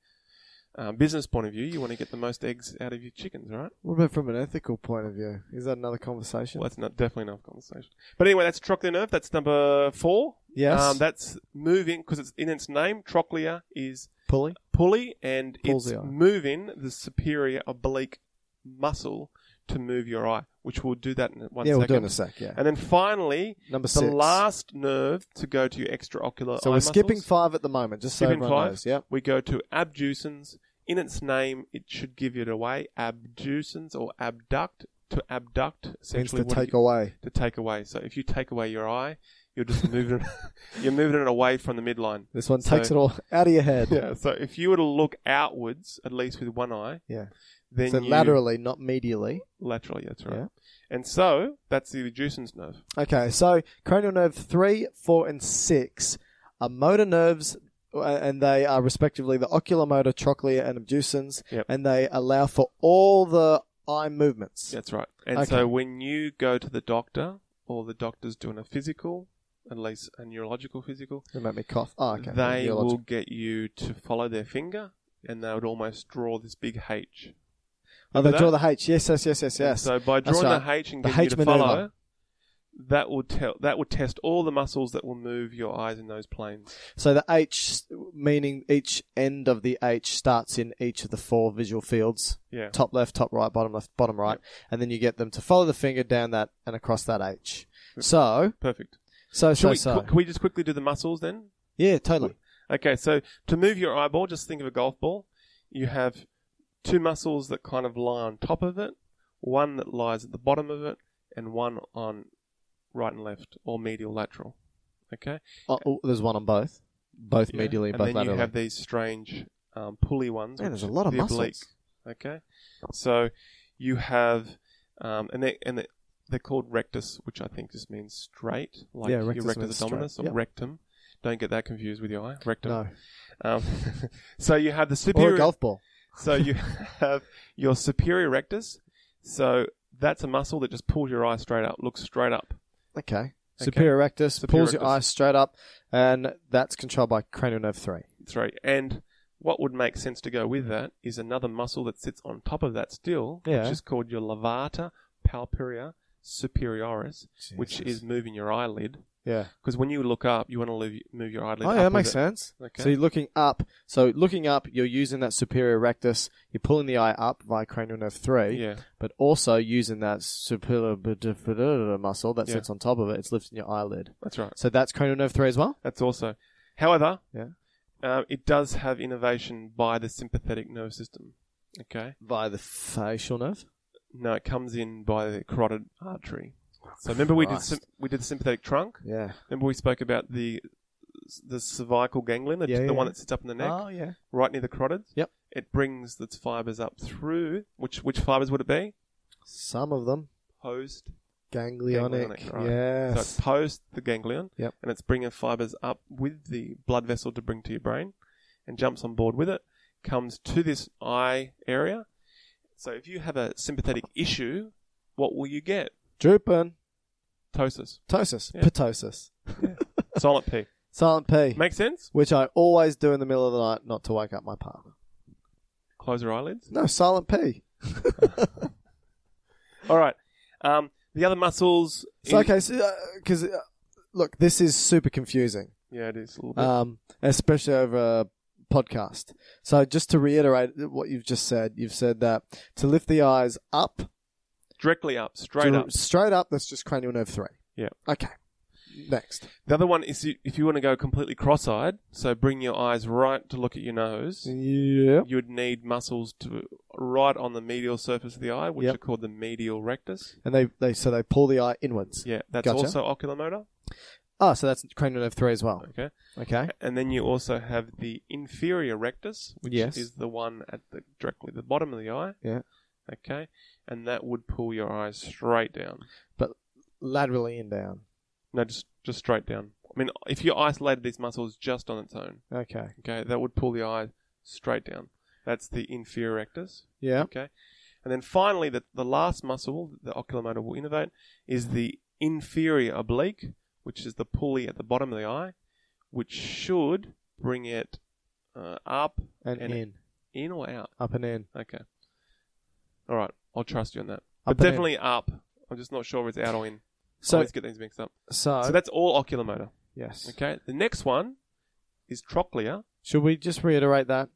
uh, business point of view, you want to get the most eggs out of your chickens, right? What about from an ethical point of view? Is that another conversation? Well, that's not definitely enough conversation. But anyway, that's trochlear nerve. That's number four. Yes. um, that's moving because it's in its name. Trochlear is Pulley? pulley, and Pulls the it's eye. moving the superior oblique muscle to move your eye, which we'll do that in one yeah, second. we'll do it in a sec, yeah. And then finally, Number the six. last nerve to go to your extraocular. so eye we're skipping muscles. five at the moment, just Skipping so everyone five. knows. Yep. We go to abducens. In its name, it should give it away. Abducens or abduct. To abduct Means essentially to what take you- away. To take away. So if you take away your eye, you're just moving. it- (laughs) you're moving it away from the midline. This one So- takes it all (laughs) out of your head. Yeah. So if you were to look outwards, at least with one eye, Yeah. then so you, laterally, not medially. laterally, that's right. Yeah. And so that's the abducens nerve. Okay, so cranial nerve three, four, and six are motor nerves, uh, and they are respectively the oculomotor, trochlear, and abducens, Yep. and they allow for all the eye movements. That's right. And Okay. so when you go to the doctor, or the doctor's doing a physical, at least a neurological physical, They make me cough. Oh, okay. they Neurological. will get you to follow their finger, and they would almost draw this big H. Oh, they Remember draw that? the H. Yes, yes, yes, yes, And yes. So by That's drawing right. the H and The getting you H to maneuver. follow, that will tell that will test all the muscles that will move your eyes in those planes. So the H, meaning each end of the H starts in each of the four visual fields. Yeah. Top left, top right, bottom left, bottom right. And then you get them to follow the finger down that and across that H. So, Perfect. so, Shall so, we, so. Can we just quickly do the muscles then? Yeah, totally. Okay, so to move your eyeball, just think of a golf ball. You have two muscles that kind of lie on top of it, one that lies at the bottom of it, and one on right and left, or medial lateral. Okay? Oh, oh, there's one on both. Both Yeah. medially, and both then laterally. you have these strange um, pulley ones. Man, which there's a lot of the oblique. Okay? So you have, um, and, they, and they, they're called rectus, which I think just means straight, like Yeah, your rectus rectus means straight. abdominis or Yep. rectum. Don't get that confused with your eye. Rectum. no. Um, (laughs) so you have the Or superior. a golf ball. So you (laughs) have your superior rectus. So that's a muscle that just pulls your eye straight up, looks straight up. Okay. Superior rectus Superior pulls your rectus. eye straight up, and that's controlled by cranial nerve three. That's right. And what would make sense to go with that is another muscle that sits on top of that still, Yeah. which is called your levator palperia superioris, which Jesus. is moving your eyelid. Yeah. Because when you look up, you want to move your eyelid. Oh up yeah, that with makes it. sense. Okay. So you're looking up. So looking up, you're using that superior rectus. You're pulling the eye up via cranial nerve three. Yeah. But also using that superior bifida muscle that Yeah. sits on top of it. It's lifting your eyelid. That's right. So that's cranial nerve three as well. That's also. However, Yeah. Um, it does have innervation by the sympathetic nerve system. Okay. Via the facial nerve? No, it comes in by the carotid artery. So remember we did Christ. sym we did the sympathetic trunk. Yeah. Remember we spoke about the the cervical ganglion, the, Yeah, the yeah, one yeah. that sits up in the neck, Oh, yeah. right near the carotids. Yep. It brings the fibers up through which which fibers would it be? Some of them. Post Ganglionic. Ganglionic, right. So Yes. it's post the ganglion, Yep. and it's bringing fibers up with the blood vessel to bring to your brain, and jumps on board with it, comes to this eye area. So if you have a sympathetic issue, what will you get? Drupin. Ptosis, Ptosis. Yeah. Ptosis. silent (laughs) P. Silent P. Make sense? which I always do in the middle of the night not to wake up my partner. Close your eyelids. No, silent P. All right. Um, the other muscles. It's okay, because, uh, look, this is super confusing. Yeah, it is a little bit. um, especially over a podcast. So just to reiterate what you've just said, you've said that to lift the eyes up, Directly up, straight to- up. straight up. That's just cranial nerve three. Yeah. Okay. Next. The other one is you- if you want to go completely cross-eyed, so bring your eyes right to look at your nose. Yeah. you would need muscles to right on the medial surface of the eye, which Yep. are called the medial rectus. And they, they so they pull the eye inwards. Yeah, that's Gotcha. also oculomotor. Ah, so that's cranial nerve three as well. Okay, Okay. and then you also have the inferior rectus, which Yes. is the one at the directly the bottom of the eye. Yeah. Okay, and that would pull your eyes straight down. But laterally and down. No, just just straight down. I mean, if you isolated these muscles just on its own, Okay. okay, that would pull the eye straight down. That's the inferior rectus. Yeah. Okay. And then finally, the, the last muscle that the oculomotor will innervate is the inferior oblique, which is the pulley at the bottom of the eye, which should bring it uh, up And, in. in Oh, or out. Up and in. Okay. All right. I'll trust you on that. Up and but in. definitely up. I'm just not sure if it's out or in. So, So Uh, Always get things mixed up. so, So that's all oculomotor. yes. Okay. The next one is trochlea. Should we just reiterate that?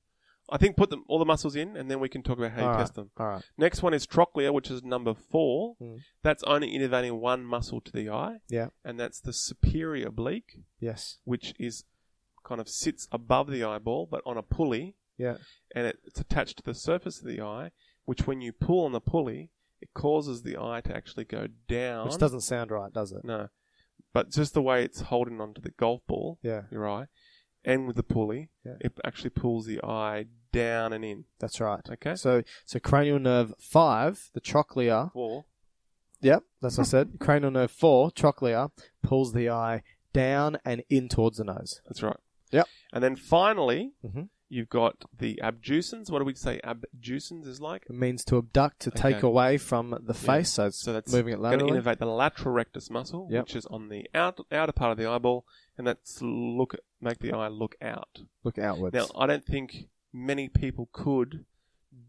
I think put them, all the muscles in, and then we can talk about how you All right. test them. All right. Next one is trochlea, which is number four. Mm. That's only innervating one muscle to the eye, Yeah. and that's the superior oblique, Yes. which is kind of sits above the eyeball but on a pulley, Yeah. and it, it's attached to the surface of the eye. Which, when you pull on the pulley, it causes the eye to actually go Mm. down. Which doesn't sound right, does it? No, but just the way it's holding onto the golf ball, Yeah. your eye, and with the pulley, Yeah. it actually pulls the eye down and in. That's right. Okay. So so cranial nerve five, the trochlea. Four. Yep, that's what I said. cranial nerve four, trochlea, pulls the eye down and in towards the nose. That's right. Yep. And then finally, Mm-hmm. You've got the abducens. What do we say abducens is like? It means to abduct, to take Okay. away from the face. Yeah. So it's So that's moving it Going to laterally. innervate the lateral rectus muscle, Yep. which is on the out, outer part of the eyeball, and that's look make the eye look out. Look outwards. Now, I don't think many people could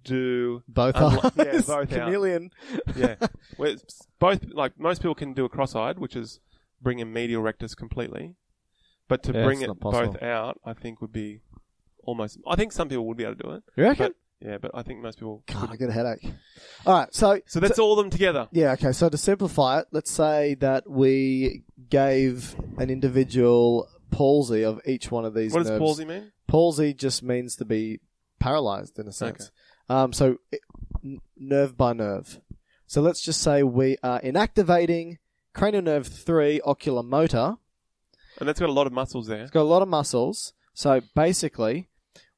do both unlo- eyes. Yeah, (laughs) both out. Chameleon. (laughs) Yeah, well, it's both. Like most people can do a cross-eyed, which is bring in medial rectus completely, but to Yeah, bring it's it not possible. both out, I think would be almost. I think some people would be able to do it. You reckon? But, yeah, but I think most people. God, I get a headache. All right. So So that's all of them together. Yeah, okay. So to simplify it, let's say that we gave an individual palsy of each one of these What does nerves. palsy mean? Palsy just means to be paralyzed in a sense. Um, so it, n- nerve by nerve. So let's just say we are inactivating cranial nerve 3 oculomotor. And that's got a lot of muscles there. It's got a lot of muscles. So basically,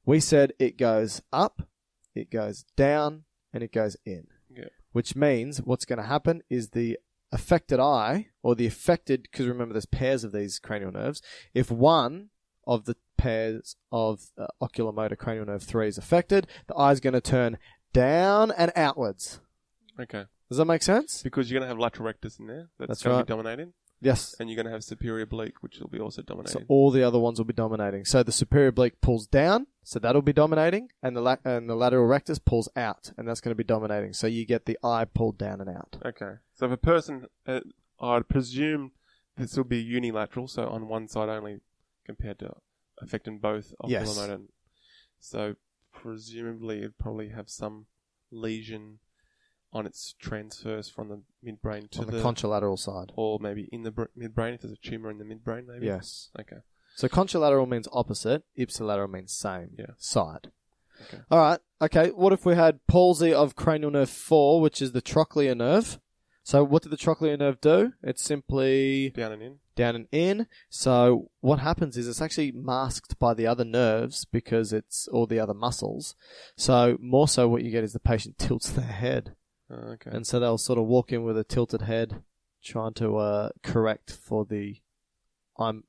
we said it goes up, it goes down, and it goes in. Yeah. which means what's going to happen is the affected eye or the affected because remember there's pairs of these cranial nerves if one of the pairs of uh, oculomotor cranial nerve 3 is affected the eye's going to turn down and outwards Okay. does that make sense Because you're going to have lateral rectus in there. That's, That's going right. to be dominating. yes And you're going to have superior oblique, which will be also dominating. so all the other ones will be dominating so the superior oblique pulls down so that'll be dominating and the la- and the lateral rectus pulls out and that's going to be dominating so you get the eye pulled down and out okay. So if a person, uh, I'd presume this will be unilateral, so on one side only compared to affecting both oculomotor. Yes. and- So presumably it'd probably have some lesion on its transverse from the midbrain to on the contralateral side or maybe in the br- midbrain if there's a tumor in the midbrain maybe. yes Okay. So contralateral means opposite, ipsilateral means same Yeah. side. All right. Okay. What if we had palsy of cranial nerve 4, which is the trochlear nerve? So what did the trochlear nerve do? It's simply Down and in. down and in. So what happens is it's actually masked by the other nerves because it's all the other muscles. So more so what you get is the patient (laughs) tilts their head. Uh, okay. And so they'll sort of walk in with a tilted head trying to uh, correct for the I'm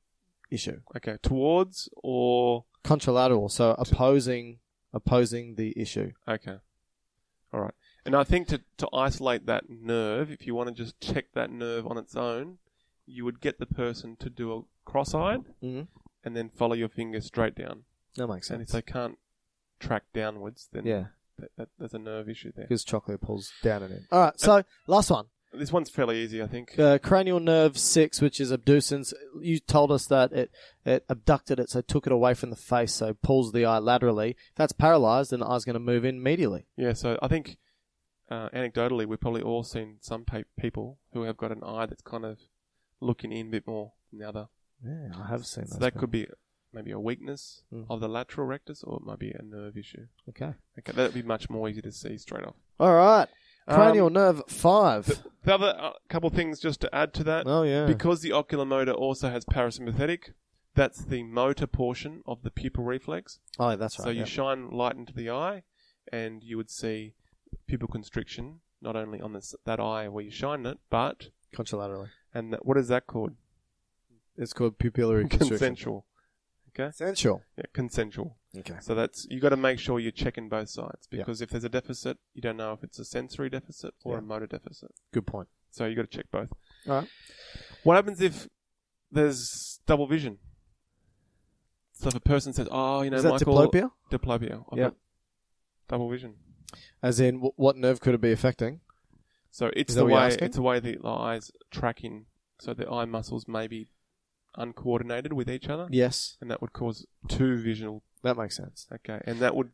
issue. okay. Towards or Contralateral, so opposing opposing the issue. okay. All right. And I think to to isolate that nerve, if you want to just check that nerve on its own, you would get the person to do a cross-eyed Mm-hmm. and then follow your finger straight down. That makes And if sense. they can't track downwards, then yeah, that, that, there's a nerve issue there. because chocolate pulls down and in. All right, so last one. This one's fairly easy, I think. Uh, cranial nerve six, which is abducens. You told us that it it abducted it, so took it away from the face, so pulls the eye laterally. If that's paralyzed, then the eye's going to move in medially. Yeah, so I think uh, anecdotally, we've probably all seen some pe- people who have got an eye that's kind of looking in a bit more than the other. Yeah, I have seen So that could be maybe a weakness Mm. of the lateral rectus, or it might be a nerve issue. okay. Okay, that'd be much more easy to see straight off. All right, Um, cranial nerve five. The other uh, couple things just to add to that, oh yeah, because the ocular motor also has parasympathetic. That's the motor portion of the pupil reflex. oh that's right. so you yeah. shine light into the eye, and you would see pupil constriction not only on this that eye where you shine it, but contralaterally. and that, what is that called? It's called pupillary (laughs) constriction. (laughs) Consensual. Okay. Consensual. Yeah, consensual. Okay. So that's you got to make sure you're checking both sides Yeah. because if there's a deficit, you don't know if it's a sensory deficit or Yeah. a motor deficit. Good point. So you got to check both. All right. What happens if there's double vision? So if a person says, "Oh, you know, Is that Michael, diplopia? diplopia, I've Yeah. got double vision." As in, w- what nerve could it be affecting? So it's Is that the what you're way asking? it's the way the eyes tracking, so the eye muscles may be uncoordinated with each other, Yes, and that would cause two visual. that makes sense. Okay, and that would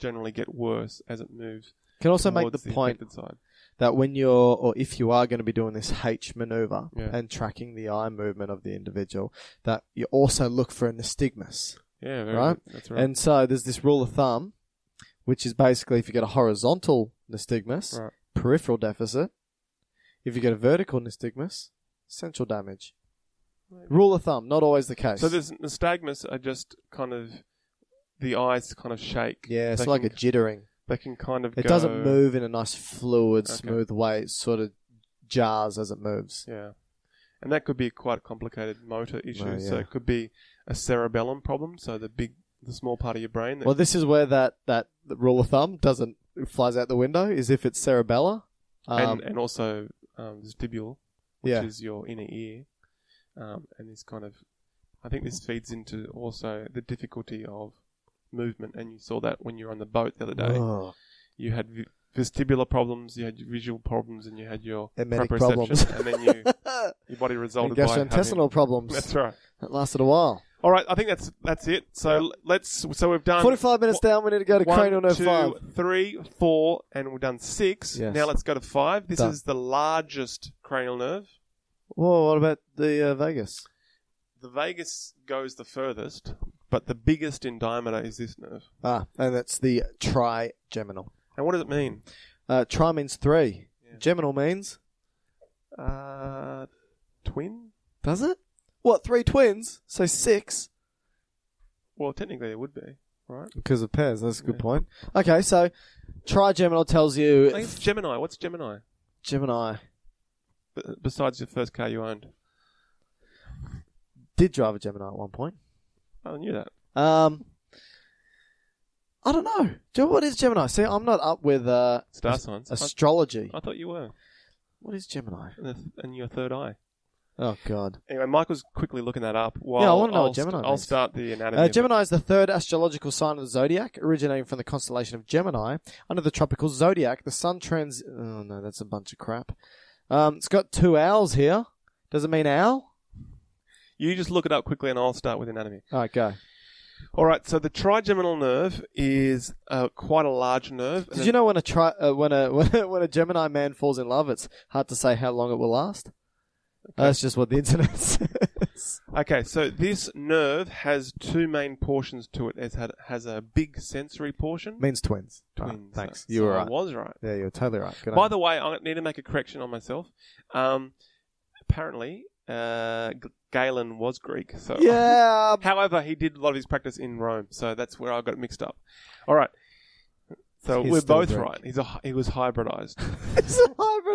generally get worse as it moves. Can also make towards the point affected side. that when you're, or if you are going to be doing this H maneuver Yeah. and tracking the eye movement of the individual, that you also look for a nystagmus, Yeah, very right? good. That's right. And so there's this rule of thumb, which is basically if you get a horizontal nystagmus, Right. peripheral deficit. If you get a vertical nystagmus, central damage. Rule of thumb, not always the case. So this nystagmus are just kind of the eyes kind of shake. yeah, it's They like can- a jittering. They can kind of. It go- doesn't move in a nice, fluid, Okay. smooth way. It sort of jars as it moves. Yeah, and that could be quite a complicated motor issue. Oh, So yeah. it could be a cerebellum problem. So the big, the small part of your brain. That Well, this is where that that rule of thumb doesn't flies out the window. Is if it's cerebella, and, um, and also um, vestibule, which yeah, is your inner ear, um, and this kind of, I think this feeds into also the difficulty of movement, and you saw that when you were on the boat the other day. Oh, You had vi- vestibular problems, you had your visual problems, and you had your Emetic proprioception, problems. (laughs) and then you, (laughs) your body and resulted by having- (laughs) gastrointestinal problems. That's right. That lasted a while. All right, I think that's that's it. So l- let's. So we've done Forty-five minutes down. We need to go to one, cranial nerve two, five. three, four, and we've done six. Yes. Now let's go to five. This Done. is the largest cranial nerve. Whoa, what about the uh, Vegas? The vagus goes the furthest, but the biggest in diameter is this nerve. Ah, and that's the trigeminal. And what does it mean? Uh, tri means three. Geminal means Uh, twin? does it? What three twins? So six. Well, technically it would be, right? Because of pairs, that's a good point. Okay, so trigeminal tells you I think it's Gemini. What's Gemini? Gemini B- besides your first car you owned. did drive a Gemini at one point. I knew that. Um, I don't know. Do you know what is Gemini? See, I'm not up with uh, Star as- signs. astrology. I thought you were. What is Gemini? And, the th- and your third eye. Oh God, Anyway, Michael's quickly looking that up. While Yeah, I wanna know I'll what Gemini st- I'll means. start the anatomy. uh, of it. Gemini is the third astrological sign of the zodiac, originating from the constellation of Gemini. Under the tropical zodiac, the sun trans. Oh no, that's a bunch of crap. Um, it's got two owls here. Does it mean owl? You just look it up quickly, and I'll start with anatomy. All right, go. All right. So the trigeminal nerve is uh, quite a large nerve. and Did you know when a tri- uh, when a (laughs) when a- when a Gemini man falls in love, it's hard to say how long it will last. That's just what the internet (laughs) says. Yes. Okay, so this nerve has two main portions to it. It had, has a big sensory portion. Means twins. Right, Twins. Ah, thanks. So you were I right. was right. Yeah, you were totally right. Good By on the way, I need to make a correction on myself. Um, apparently, uh, G- Galen was Greek. So you. (laughs) yeah. (laughs) However, he did a lot of his practice in Rome, so that's where I got mixed up. All right. So He's we're still both Greek. right. He's a, hy- he was hybridized. it's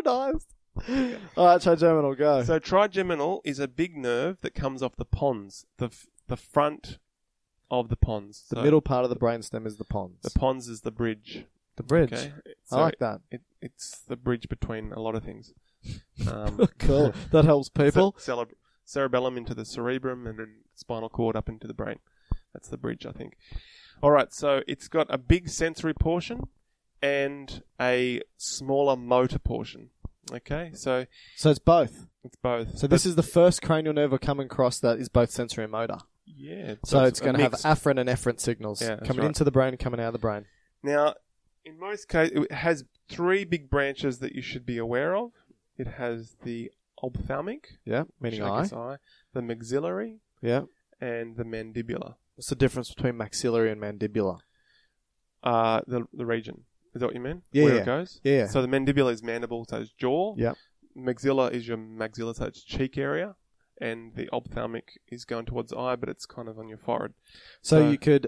hybridized. (laughs) All right, trigeminal, go. so trigeminal is a big nerve that comes off the pons, the f- the front of the pons. the So middle part of the brainstem is the pons. The pons is the bridge. The bridge. Okay. I like that. It, it's the bridge between a lot of things. Um, (laughs) (laughs) cool. That helps people. ce- cere- cerebellum into the cerebrum and then spinal cord up into the brain. That's the bridge, I think. All right, so it's got a big sensory portion and a smaller motor portion. Okay, so So it's both. it's both. So this is the first cranial nerve we're coming across that is both sensory and motor. yeah. So, it's a going to have mixed- afferent and efferent signals Yeah, that's coming right. into the brain, coming out of the brain. Now, in most cases, it has three big branches that you should be aware of. It has the ophthalmic, Yeah, meaning which I eye. guess eye, the maxillary, Yeah. and the mandibular. What's the difference between maxillary and mandibular? Uh, the, the region. Is that what you mean? Yeah, Where yeah. it goes? Yeah, yeah. So the mandibular is mandible, so it's jaw. Yeah. Maxilla is your maxilla, so it's cheek area. And the ophthalmic is going towards the eye, but it's kind of on your forehead. So, So- you could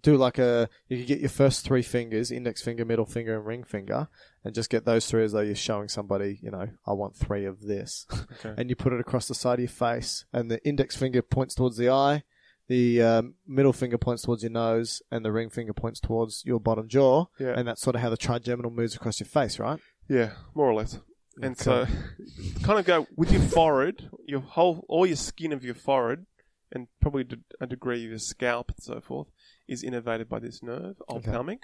do like a you could get your first three fingers, index finger, middle finger, and ring finger, and just get those three as though you're showing somebody, you know, I want three of this, Okay. (laughs) and you put it across the side of your face, and the index finger points towards the eye, the um, middle finger points towards your nose, and the ring finger points towards your bottom jaw, Yeah. and that's sort of how the trigeminal moves across your face, right? Yeah, more or less. And so, (laughs) kind of go with your forehead, your whole, all your skin of your forehead, and probably d- a degree of your scalp and so forth, is innervated by this nerve, ophthalmic.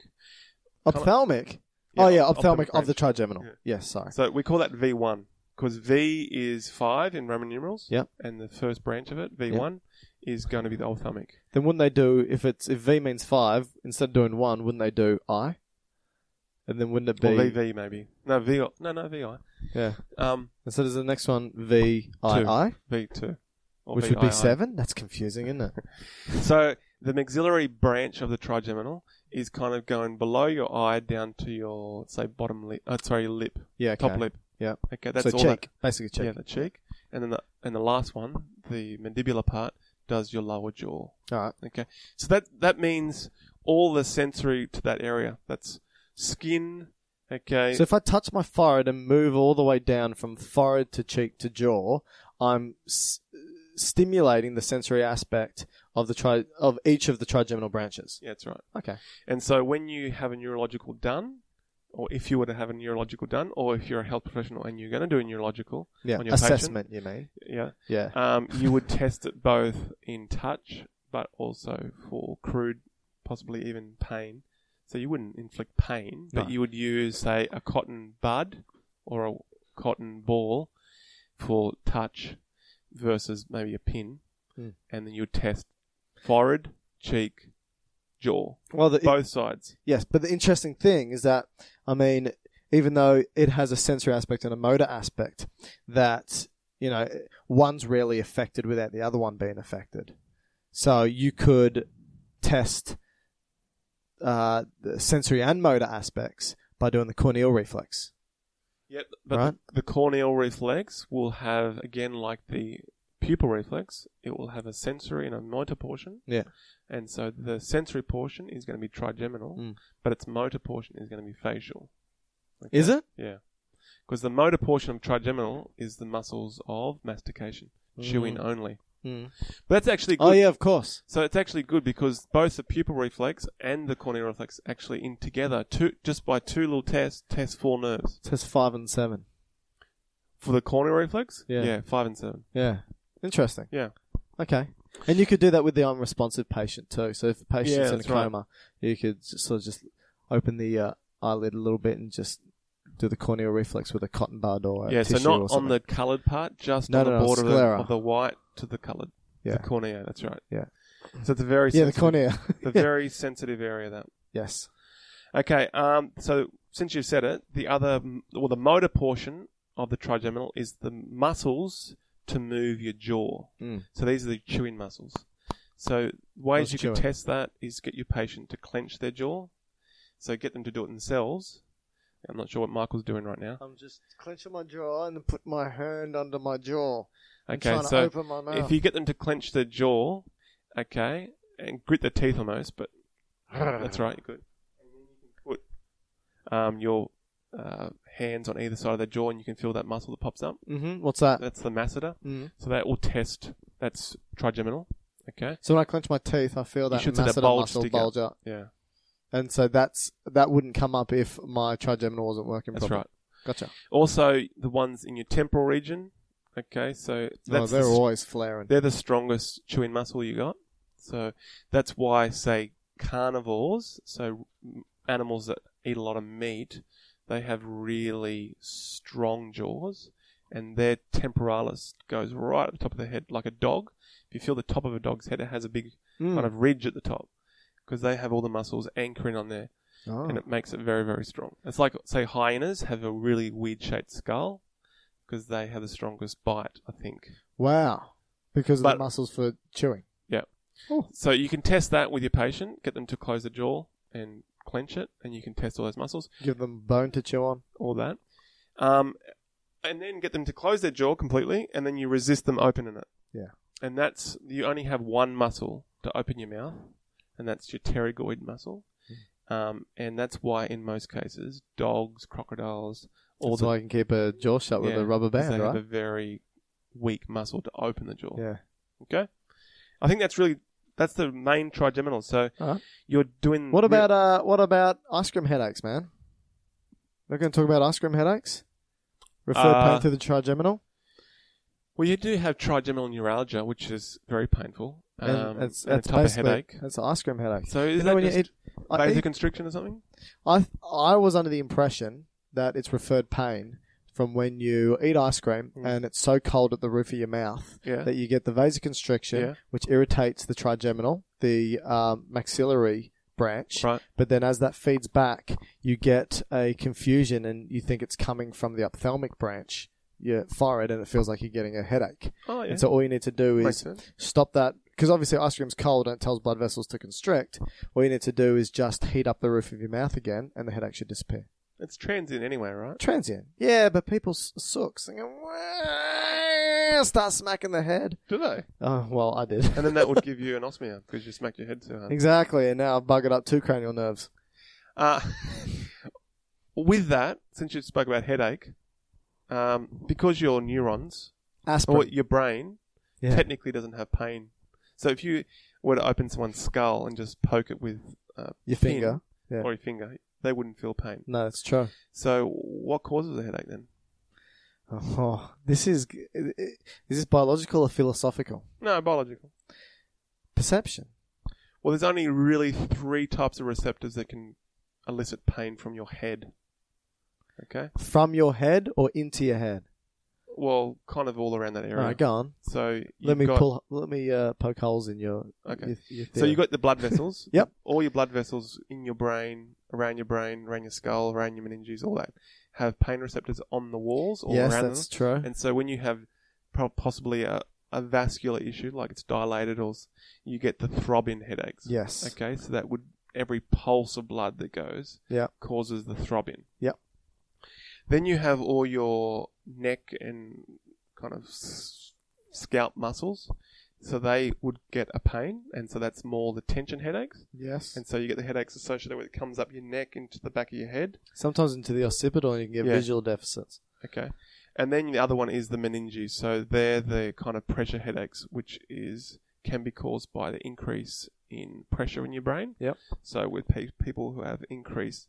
Ophthalmic. oh yeah, ophthalmic of the branch. trigeminal. Yeah. Yes, sorry. So we call that V1 because V is five in Roman numerals. Yep. And the first branch of it, V1, is going to be the ophthalmic. Then wouldn't they do if it's if V means five instead of doing one? Wouldn't they do I? And then wouldn't it be Or VV maybe. No, V. No, no, VI. yeah? Um, And so does the next one V I Two. I, V2. Or which would be VII. seven. That's confusing, isn't it? So the maxillary branch of the trigeminal is kind of going below your eye down to your, say, bottom lip. Uh, sorry, your lip. Yeah, okay. Top lip. Yeah. Okay, that's so all cheek, that. basically cheek. Yeah, the cheek. And then the, and the last one, the mandibular part, does your lower jaw. All right. Okay. So that that means all the sensory to that area. That's skin. Okay. So if I touch my forehead and move all the way down from forehead to cheek to jaw, I'm s- stimulating the sensory aspect of the tri- of each of the trigeminal branches. yeah, that's right. Okay. And so when you have a neurological done, or if you were to have a neurological done, or if you're a health professional and you're going to do a neurological Yeah. on your Assessment, you mean? patient, yeah, Yeah. um, you would test it both in touch, but also for crude, possibly even pain. So you wouldn't inflict pain, but No. you would use, say, a cotton bud or a cotton ball for touch versus maybe a pin, Mm. and then you would test forehead, cheek, jaw, well, the, both sides. Yes, but the interesting thing is that, I mean, even though it has a sensory aspect and a motor aspect, that, you know, one's rarely affected without the other one being affected. So you could test uh, the sensory and motor aspects by doing the corneal reflex. Yep, but Right. the, the corneal reflex will have again, like the pupil reflex, it will have a sensory and a motor portion, Yeah. and so the sensory portion is going to be trigeminal, Mm. but its motor portion is going to be facial. Is it? Yeah, because the motor portion of trigeminal is the muscles of mastication, chewing only. Mm. But that's actually good. Oh, yeah, of course. So it's actually good because both the pupil reflex and the corneal reflex actually in together, two, just by two little tests, test four nerves. It says five and seven. For the corneal reflex? Yeah. Yeah, five and seven. Yeah. Interesting. Yeah. Okay. And you could do that with the unresponsive patient too. So if the patient's Yeah, in a that's right. coma, you could just sort of just open the uh, eyelid a little bit and just do the corneal reflex with a cotton bud or a yeah, so tissue or not on something. the coloured part, just No, on no, the no, border of the, sclera. of the white to the coloured. Yeah. The cornea, that's right. Yeah. So it's a very yeah, the sensitive- cornea. The (laughs) Yeah. very sensitive area that. Yes. Okay, um, so since you've said it, the other, well, the motor portion of the trigeminal is the muscles to move your jaw. Mm. So these are the chewing muscles. So ways What's you can chewing? test that is get your patient to clench their jaw. So get them to do it themselves. I'm not sure what Michael's doing right now. I'm just clenching my jaw and then put my hand under my jaw. I'm Okay, trying to so open my mouth. if you get them to clench their jaw, okay, and grit their teeth almost, but (laughs) that's right, good. And then you can put um, your uh, hands on either side of their jaw, and you can feel that muscle that pops up. (laughs) Mm-hmm. What's that? That's the masseter. hmm So that will test. That's trigeminal. Okay. So when I clench my teeth, I feel that you should see masseter that bulge muscle stick bulge out. up, Yeah, and so that's that wouldn't come up if my trigeminal wasn't working that's properly. right. Gotcha. Also, the ones in your temporal region. Okay, so Oh, that's they're the, always flaring. they're the strongest chewing muscle you got. So that's why, say, carnivores, so animals that eat a lot of meat, they have really strong jaws, and their temporalis goes right at the top of their head, like a dog. If you feel the top of a dog's head, it has a big Mm. kind of ridge at the top because they have all the muscles anchoring on there, Oh. and it makes it very, very strong. It's like, say, hyenas have a really weird shaped skull because they have the strongest bite, I think. Wow, because of the But- muscles for chewing. Yeah. Oh. So you can test that with your patient, get them to close the jaw and clench it, and you can test all those muscles, Give them bone to chew on. all that. Um, and then get them to close their jaw completely, and then you resist them opening it. Yeah. And that's, you only have one muscle to open your mouth, and that's your pterygoid muscle. Hmm. Um, and that's why, in most cases, dogs, crocodiles, all That's the. why I can keep a jaw shut with yeah, a rubber 'cause band, They have a right? very weak muscle to open the jaw. Yeah. Okay? I think that's really. That's the main trigeminal. So Alright. you're doing. What about uh, what about ice cream headaches, man? We're going to talk about ice cream headaches. Refer Uh, pain to the trigeminal, well, you do have trigeminal neuralgia, which is very painful. Um, and it's and that's a type of basically headache. it's an ice cream headache. So is You know that when you just eat- I eat- Vasoconstriction or something? I I was under the impression that it's referred pain from when you eat ice cream Mm. and it's so cold at the roof of your mouth Yeah. that you get the vasoconstriction, Yeah. which irritates the trigeminal, the um, maxillary branch. Right. But then as that feeds back, you get a confusion and you think it's coming from the ophthalmic branch, your forehead, and it feels like you're getting a headache. Oh, yeah. And so all you need to do Makes is sense. stop that because obviously ice cream's cold and it tells blood vessels to constrict. All you need to do is just heat up the roof of your mouth again, and the headache should disappear. It's transient anyway, right? Transient, yeah, but people s- sooks and go, "Wah," start smacking the head. Do they? Oh well, I did And then that would give you an osmia because you smacked your head so hard. (laughs) exactly, and now I've buggered up two cranial nerves. Uh, (laughs) with that, since you spoke about headache, um, because your neurons Aspirin. or your brain yeah. technically doesn't have pain. So if you were to open someone's skull and just poke it with uh, pin Your finger, yeah. or your finger, they wouldn't feel pain. no, it's true. So what causes a headache then? Oh, this is g- i- i- is this biological or philosophical No, biological. perception? Well, there's only really three types of receptors that can elicit pain from your head. Okay. From your head or into your head? Well, kind of all around that area. All right, go on. So Let you've me got, pull. Let me uh, poke holes in your. Okay. your- your So theory. you got the blood vessels. (laughs) Yep. All your blood vessels in your brain, around your brain, around your skull, around your meninges, all that have pain receptors on the walls all yes, around that's them. true. And so when you have pro- possibly a, a vascular issue, like it's dilated, or s- you get the throbbing headaches. Yes. Okay, so that would every pulse of blood that goes yeah. causes the throbbing. Yep. Then you have all your neck and kind of s- scalp muscles, so they would get a pain, and so that's more the tension headaches, Yes. and so you get the headaches associated with it comes up your neck into the back of your head. Sometimes into the occipital, and you can get Yeah. visual deficits. Okay. And then the other one is the meninges. So they're the kind of pressure headaches, which is can be caused by the increase in pressure in your brain. Yep. So with pe- people who have increased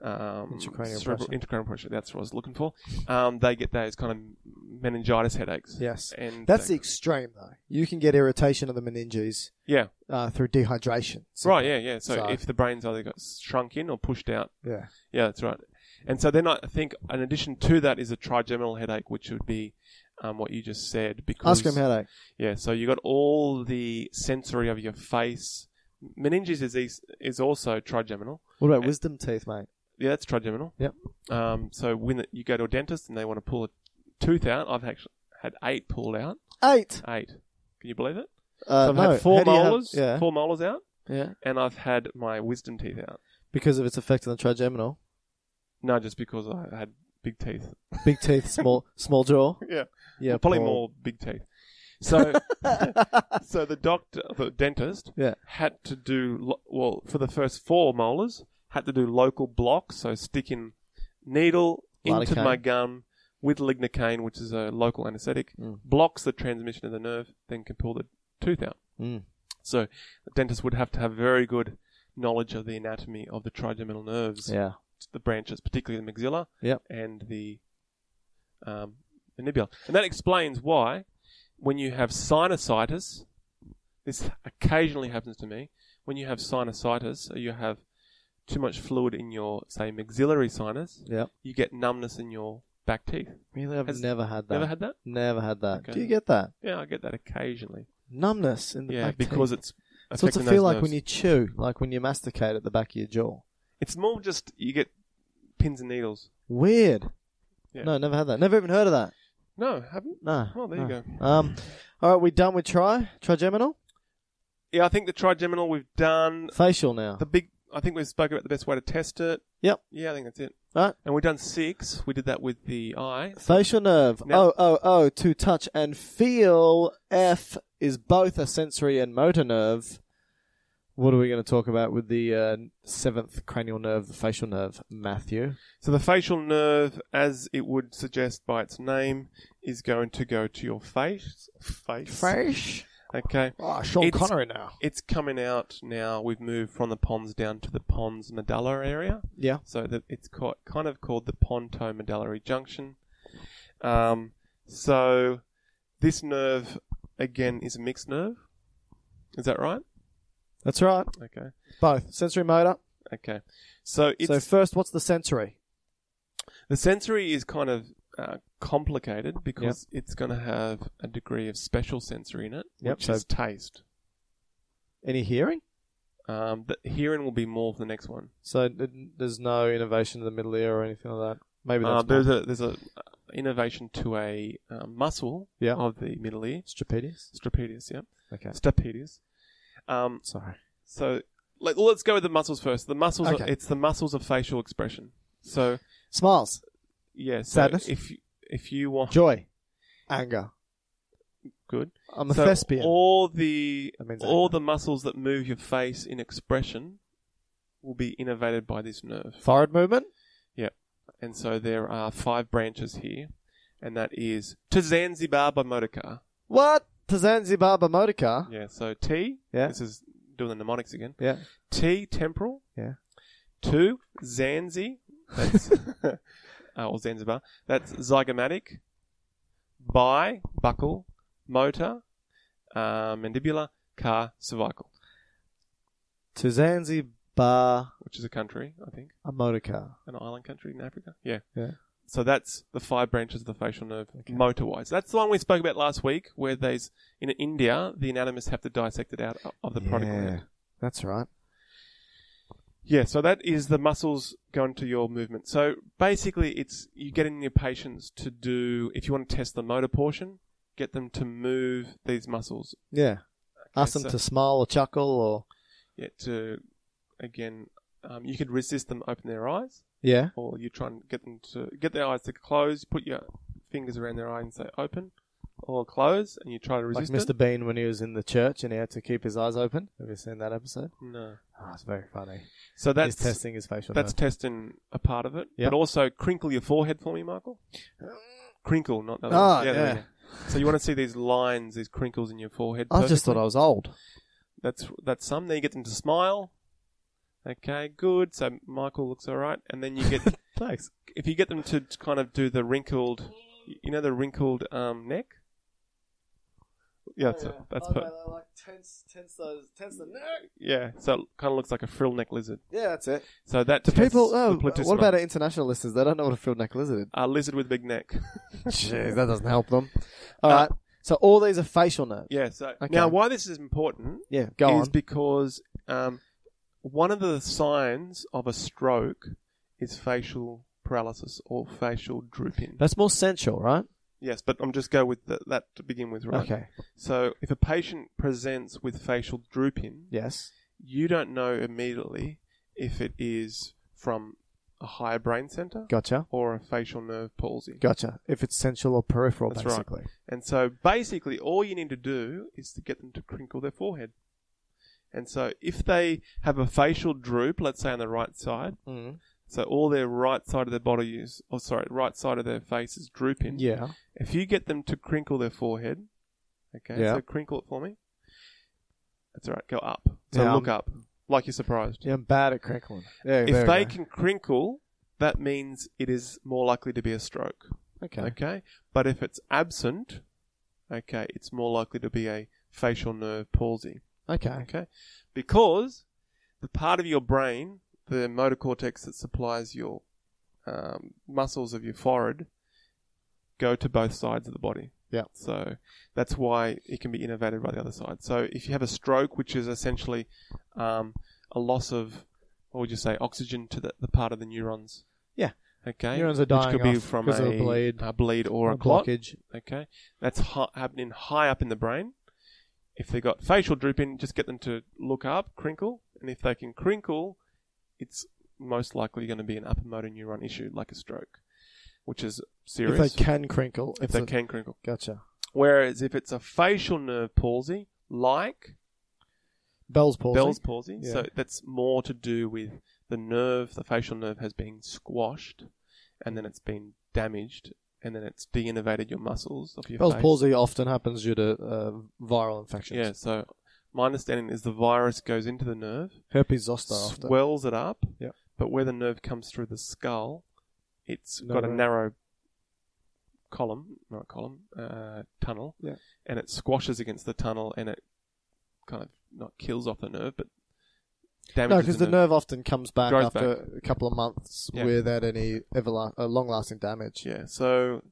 um, Intracranial cerebral- pressure. intracranial pressure, that's what I was looking for. Um, they get those kind of meningitis headaches. Yes. And That's the they- extreme, though. You can get irritation of the meninges yeah. uh, through dehydration. Right. Yeah. Yeah. So, So- if the brain's either got shrunk in or pushed out, Yeah. yeah, that's right. And so then I think, in addition to that, is a trigeminal headache, which would be um, what you just said. Because Ice cream headache. Yeah, so you got all the sensory of your face. Meninges disease is also trigeminal. What about wisdom teeth, mate? Yeah, that's trigeminal. Yep. Um, so when you go to a dentist and they want to pull a tooth out, I've actually had eight pulled out. Eight. Eight. Can you believe it? Uh, so I've no. had four How do you have- molars, yeah. four molars out, Yeah. and I've had my wisdom teeth out. Because of its effect on the trigeminal. No, just because I had big teeth. Big (laughs) teeth, small small jaw. Yeah. Yeah. Well, probably Paul. more big teeth. (laughs) So, so the doctor, the dentist, Yeah. had to do lo- well for the first four molars. Had to do local blocks, so sticking needle into Lidocaine. my gum with lignocaine, which is a local anaesthetic, blocks the transmission of the nerve, then can pull the tooth out. Mm. So, the dentist would have to have very good knowledge of the anatomy of the trigeminal nerves, Yeah. the branches, particularly the maxilla, Yep. and the um, the nibula. And that explains why, when you have sinusitis, this occasionally happens to me, when you have sinusitis, or you have too much fluid in your, say, maxillary sinus, Yeah. you get numbness in your back teeth. Really, I've Has- never had that. Never had that? Never had that. Okay. Do you get that? Yeah, I get that occasionally. Numbness in the yeah, back because teeth. it's So what's affecting it those feel like nerves. when you chew? Like when you masticate at the back of your jaw? It's more just you get pins and needles. Weird. Yeah. No, never had that. Never even heard of that. No, haven't. No. Well, there you no. go. Um, all right, we done with tri trigeminal Yeah, I think the trigeminal we've done. facial now. The big, I think we've spoken about the best way to test it. Yep. Yeah, I think that's it. All right. And we've done six. We did that with the eye. Facial nerve. Now- oh, oh, oh, to touch and feel. F is both a sensory and motor nerve. What are we going to talk about with the uh, seventh cranial nerve, the facial nerve, Matthew? So the facial nerve, as it would suggest by its name, is going to go to your face. Face. Fresh. Okay. Ah, Sean It's- Connery now. It's coming out now. We've moved from the pons down to the pons medulla area. Yeah. So that it's ca- kind of called the pontomedullary junction. Um, so this nerve again is a mixed nerve. Is that right? That's right. Okay. Both sensory motor. Okay. So it's so first, what's the sensory? the sensory is kind of uh, complicated because it's going to have a degree of special sensory in it, Yep, which so- is taste. Any hearing? Um, the hearing will be more for the next one. So n- there's no innovation in the middle ear or anything like that. Maybe Uh, that's there's more- a there's a uh, innovation to a uh, muscle Yeah. of the middle ear, Strapedius? stapedius. Yeah, Okay. stapedius. Um, Sorry. So, like, well, let's go with the muscles first. The muscles, Okay. it's the muscles of facial expression. So, Smiles, yeah, so Sadness? If you, if you want joy, anger. good, I'm a So thespian. All the That means all anger. the muscles that move your face in expression will be innervated by this nerve. Forward movement. Yeah, and so there are five branches here, and that is to Zanzibar by motor car. What? To Zanzibar by motor car? Yeah, so T. Yeah. this is doing the mnemonics again. Yeah. T temporal. Yeah. Two, Zanzi. (laughs) That's, uh, or Zanzibar. That's zygomatic. Bi, buckle. Motor. Uh, mandibular. Car, cervical. To Zanzibar Which is a country, I think. a motor car. An island country in Africa. Yeah. Yeah. So that's the five branches of the facial nerve, Okay. motor wise. That's the one we spoke about last week, where there's, in India, the anatomists have to dissect it out of the prodigal end. That's right. Yeah, so that is the muscles going to your movement. So basically, it's you getting your patients to do, if you want to test the motor portion, get them to move these muscles. Yeah. Ask Okay, them so- to smile or chuckle or Yeah, to, again, um, you could resist them open their eyes, yeah. or you try and get them to get their eyes to close, put your fingers around their eye and say open or close, and you try to resist like Mr. it. Bean when he was in the church and he had to keep his eyes open. Have you seen that episode? No. Oh, it's very funny. So that's He's testing his facial That's nerve. testing a part of it. Yep. But also crinkle your forehead for me, Michael. Crinkle, not that. Ah, one. there yeah. we go. So you want to see these lines, these crinkles in your forehead? I just thought I was old. That's that's some. Then you get them to smile. Okay, good. So Michael looks all right, and then (laughs) you get Thanks. if you get them to kind of do the wrinkled, you know, the wrinkled um, neck. Oh, Yeah, that's that's per- like tense, tense those, tense the neck. yeah. So it kind of looks like a frill neck lizard. Yeah, that's it. So that To tests people, the oh, platysma. what about our international listeners? They don't know what a frilled neck lizard is. a lizard with a big neck? (laughs) Jeez, that doesn't help them. All Uh, right. So all these are facial nerves. (laughs) Yeah. So Okay. now, why this is important Yeah, go is on. because um, one of the signs of a stroke is facial paralysis or facial drooping. That's more sensual, right? Yes, but I'm just go with the, that to begin with, right? Okay. So if a patient presents with facial drooping, Yes. you don't know immediately if it is from a higher brain center Gotcha. or a facial nerve palsy. Gotcha. If it's sensual or peripheral, That's right. basically. And so basically, all you need to do is to get them to crinkle their forehead. And so if they have a facial droop, let's say on the right side, Mm. so all their right side of their body is, oh sorry, right side of their face is drooping. Yeah. If you get them to crinkle their forehead, okay, Yeah. so crinkle it for me. That's all right. Go up. So Yeah, look I'm- up, like you're surprised. Yeah, I'm bad at crinkling. Yeah, there if we they go. can crinkle, that means it is more likely to be a stroke. Okay. But if it's absent, okay, it's more likely to be a facial nerve palsy. Okay. Okay. Because the part of your brain, the motor cortex that supplies your um, muscles of your forehead, go to both sides of the body. Yeah. So that's why it can be innervated by the other side. So if you have a stroke, which is essentially um, a loss of, what would you say, oxygen to the, the part of the neurons. Yeah. Okay. Neurons are which dying could be off from 'cause a, of a bleed. a bleed or a, A clot. blockage. Okay, that's hi- happening high up in the brain. If they got facial drooping, just get them to look up, crinkle, and if they can crinkle, it's most likely going to be an upper motor neuron issue, like a stroke, which is serious. If they can crinkle. if it's they a- can crinkle. Gotcha. Whereas if it's a facial nerve palsy, like Bell's palsy. Bell's palsy. Yeah. So that's more to do with the nerve, the facial nerve has been squashed and then it's been damaged and then it's de innervated your muscles of your Bell's face. palsy often happens due to uh, viral infections. Yeah, so my understanding is the virus goes into the nerve, Herpes zoster often. swells it up, Yep. but where the nerve comes through the skull, it's got a Narrow. narrow column, not column, uh, tunnel, Yeah. and it squashes against the tunnel and it kind of not kills off the nerve, but damages No, because the nerve often comes back Grows after a couple of months Yeah. without any everla- uh, long-lasting damage. Yeah, so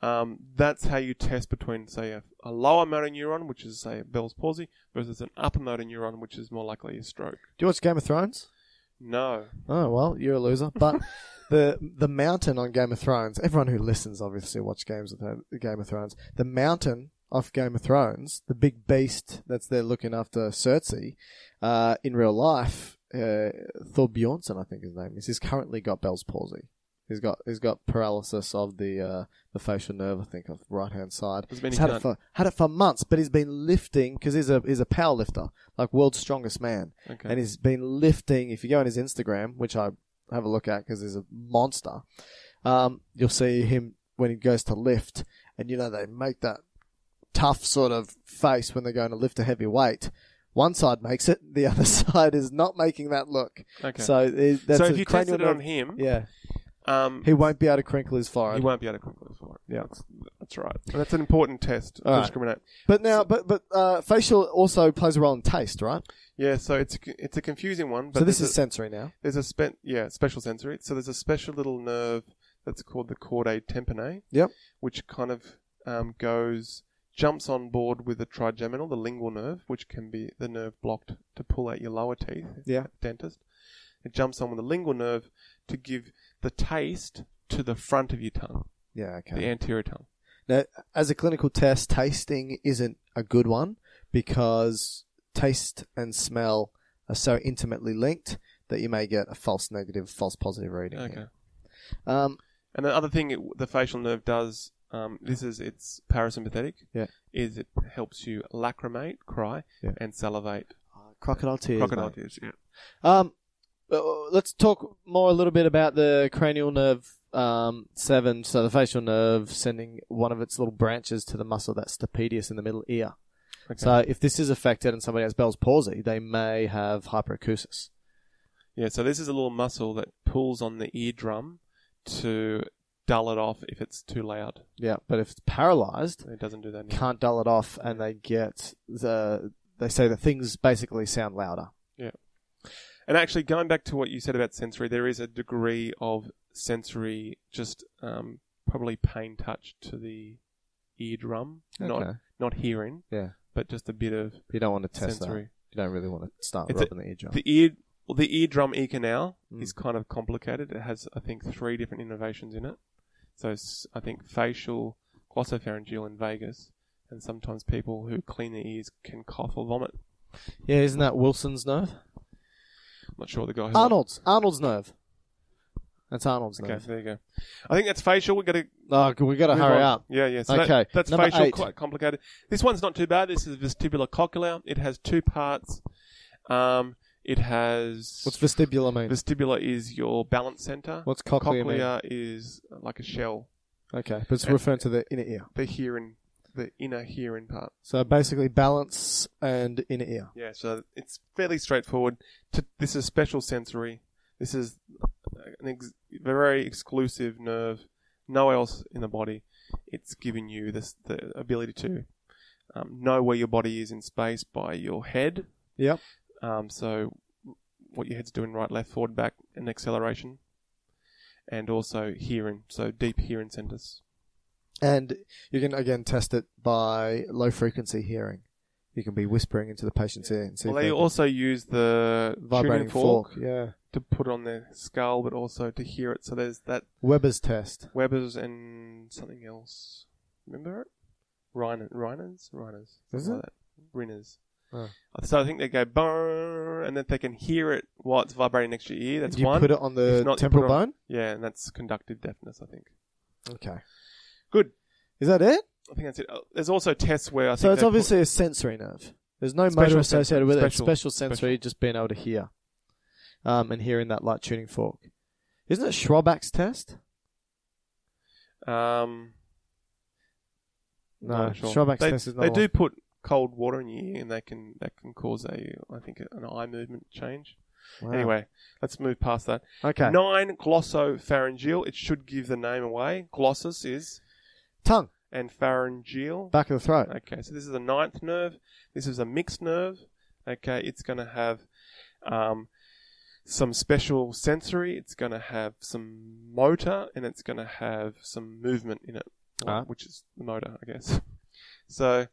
um, that's how you test between, say, a, a lower motor neuron, which is, say, Bell's palsy, versus an upper motor neuron, which is more likely a stroke. Do you watch Game of Thrones? No. Oh well, you're a loser. But the the mountain on Game of Thrones. Everyone who listens obviously watched Games of Thro- Game of Thrones. The mountain off Game of Thrones, the big beast that's there looking after Cersei, uh, in real life, uh, Thor Bjornsson, I think his name is. He's currently got Bell's palsy. He's got he's got paralysis of the uh, the facial nerve, I think, of the right hand side. Doesn't mean he's he had it can't- for had it for months, but he's been lifting because he's a he's a power lifter, like world's strongest man Okay. and he's been lifting. If you go on his Instagram, which I have a look at because he's a monster, um, you'll see him when he goes to lift, and you know they make that tough sort of face when they're going to lift a heavy weight. One side makes it, the (laughs) other side is not making that look. Okay. So it- that's so a if you cranial tested it on nerve- him, yeah, um, he won't be able to crinkle his forehead. he won't be able to crinkle for it. Yeah. that's, that's right. So that's an important test to All right. discriminate. But now, but but uh, facial also plays a role in taste, right? Yeah, so it's a c- it's a confusing one. But so this there's is a, sensory now. there's a spe- yeah special sensory. So there's a special little nerve that's called the chordate tympani, Yep. which kind of um, goes jumps on board with the trigeminal, the lingual nerve, which can be the nerve blocked to pull out your lower teeth. Yeah. dentist. It jumps on with the lingual nerve to give the taste to the front of your tongue, Yeah. Okay. the anterior tongue. Now, as a clinical test, tasting isn't a good one because taste and smell are so intimately linked that you may get a false negative, false positive reading. Okay. here. Um, And the other thing it, the facial nerve does, um, this is it's parasympathetic, yeah. is it helps you lacrimate, cry, Yeah. and salivate. uh, crocodile tears. Crocodile mate. tears. Yeah. Um, uh, let's talk more a little bit about the cranial nerve um, seven. So the facial nerve sending one of its little branches to the muscle that's the pedius in the middle ear. Okay. So if this is affected and somebody has Bell's palsy, they may have hyperacusis. yeah. So this is a little muscle that pulls on the eardrum to dull it off if it's too loud. Yeah, but if it's paralyzed, It doesn't do that. Anymore. can't dull it off, and they get the they say the things basically sound louder. And actually, going back to what you said about sensory, there is a degree of sensory, just um, probably pain touch to the eardrum, not Okay. not hearing, Yeah, but just a bit of you don't want to test sensory. that. You don't really want to start It's a- rubbing the eardrum. The ear, well, the eardrum ear canal Mm. is kind of complicated. It has, I think, three different innovations in it. So s- I think facial, glossopharyngeal in Vegas, and sometimes people who clean their ears can cough or vomit. Yeah, isn't that Wilson's nerve? I'm not sure the guy. Who Arnold's. Arnold's nerve. That's Arnold's Uh-huh. Okay, nerve. so there you go. I think that's facial. We've got to Oh, g- we got to hurry up. Yeah, yeah. So that- Okay, that's number facial, eight. quite complicated. This one's not too bad. This is vestibular cochlea. It has two parts. Um, it has What's vestibular mean? vestibular is your balance center. What's cochlea mean? Cochlea is like a shell. okay, but it's referring to the inner ear. The hearing, the inner hearing part. So basically, balance and inner ear. Yeah, so it's fairly straightforward. T- This is special sensory. This is an ex- very exclusive nerve. No else in the body. It's giving you this the ability to um, know where your body is in space by your head. Yep. Um, so what your head's doing right, left, forward, back, and acceleration, and also hearing. So deep hearing centers. And you can again test it by low frequency hearing. You can be whispering into the patient's ear and see. Well, if they can- also use the tuning vibrating fork, fork. Yeah. to put on their skull, but also to hear it. So there's that Weber's test. Weber's and something else. Remember it? Reiner, Reiners? Reiners. Is something it? like that. Rinners. Oh. So I think they go burr, and then they can hear it while it's vibrating next to your ear. That's you one. put it on the If not, you put temporal it on- bone. Yeah, and that's conductive deafness, I think. Okay. Good. Is that it? I think that's it. Uh, There's also tests where I think So it's they put- obviously a sensory nerve. There's no Special motor sensory- associated with special- it. It's special sensory, just being able to hear, um, and hearing that light tuning fork. Isn't it Schroback's test? um, No, not sure. Schroback's they, test is not. They one. do put cold water in your ear, and they can that can cause a I think an eye movement change. Wow. Anyway, let's move past that. Okay. Nine glossopharyngeal. It should give the name away. Glossus is Tongue, and pharyngeal. back of the throat. Okay, so this is a ninth nerve. This is a mixed nerve. Okay, it's going to have um, some special sensory. It's going to have some motor, and it's going to have some movement in it, Ah. which is the motor, I guess. (laughs) So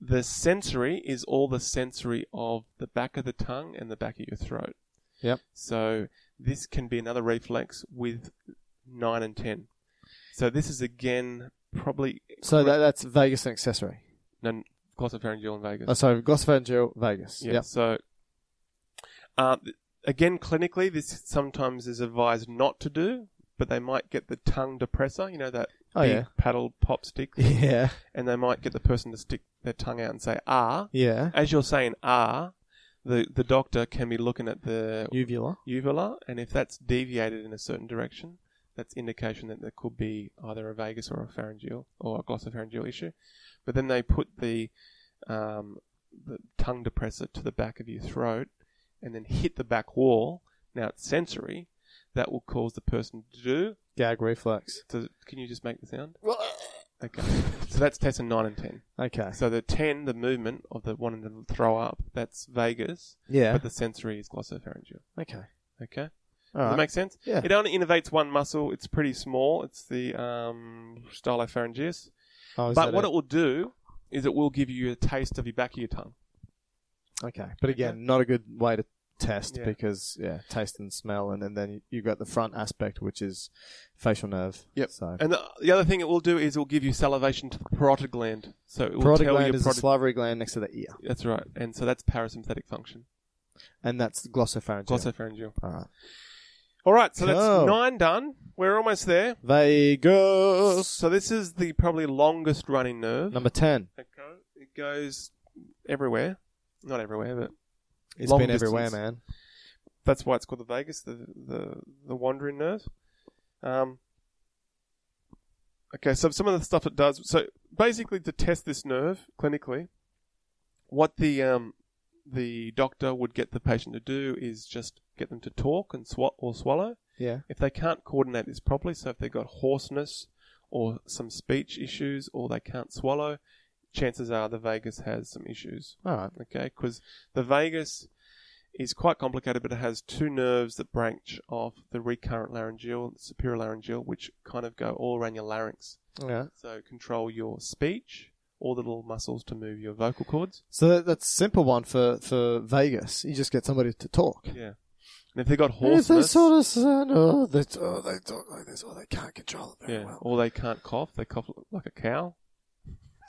the sensory is all the sensory of the back of the tongue and the back of your throat. Yep. So this can be another reflex with nine and ten. So this is again probably So that, that's Vegas and accessory. no, glossopharyngeal and vagus. Oh, sorry, glossopharyngeal, Vegas. yeah. Yep. So, uh, th- again, clinically, this sometimes is advised not to do, but they might get the tongue depressor, you know, that Oh, big yeah. paddle pop stick, (laughs) Yeah. and they might get the person to stick their tongue out and say ah. Yeah. As you're saying ah, the the doctor can be looking at the Uvula. uvula, and if that's deviated in a certain direction, that's indication that there could be either a vagus or a pharyngeal or a glossopharyngeal issue. But then they put the um, the tongue depressor to the back of your throat, and then hit the back wall. Now it's sensory. That will cause the person to do. Gag reflex. To, can you just make the sound? Okay. So that's test in nine and ten. Okay. So the ten, the movement of the wanting to throw up, that's vagus. Yeah. But the sensory is glossopharyngeal. Okay. Okay. Does All right. that make sense? Yeah. It only innervates one muscle. It's pretty small. It's the um, stylopharyngeus. oh, is But that what it? it will do is it will give you a taste of your back of your tongue. Okay, but again, not a good way to test Yeah. because yeah, taste and smell, and, and then you've got the front aspect, which is facial nerve. So And the, the other thing it will do is it will give you salivation to the parotid gland. So it will parotid tell gland your is the parotid. salivary gland next to the ear, That's right. And so that's parasympathetic function. and that's glossopharyngeal. Glossopharyngeal. All right. All right. So Cool. that's nine done. We're almost there. Vagus. So this is the probably longest running nerve. Number ten. Okay. It goes everywhere. Not everywhere, but It's Long been everywhere, distance. man. That's why it's called the Vegas, the the, the wandering nerve. Um, okay, so some of the stuff it does. So basically, to test this nerve clinically, what the um, the doctor would get the patient to do is just get them to talk and swat or swallow. Yeah. If they can't coordinate this properly, so if they've got hoarseness or some speech issues or they can't swallow, chances are the Vegas has some issues All right. okay? Because the vagus is quite complicated, but it has two nerves that branch off the recurrent laryngeal and superior laryngeal, which kind of go all around your larynx. Yeah. So control your speech, all the little muscles to move your vocal cords. So that, that's a simple one for for Vegas. You just get somebody to talk. Yeah. And if they got And If they hoarseness, sort of said, oh, they, oh, they talk like this, or they can't control it very yeah, well. or they can't cough, they cough like a cow.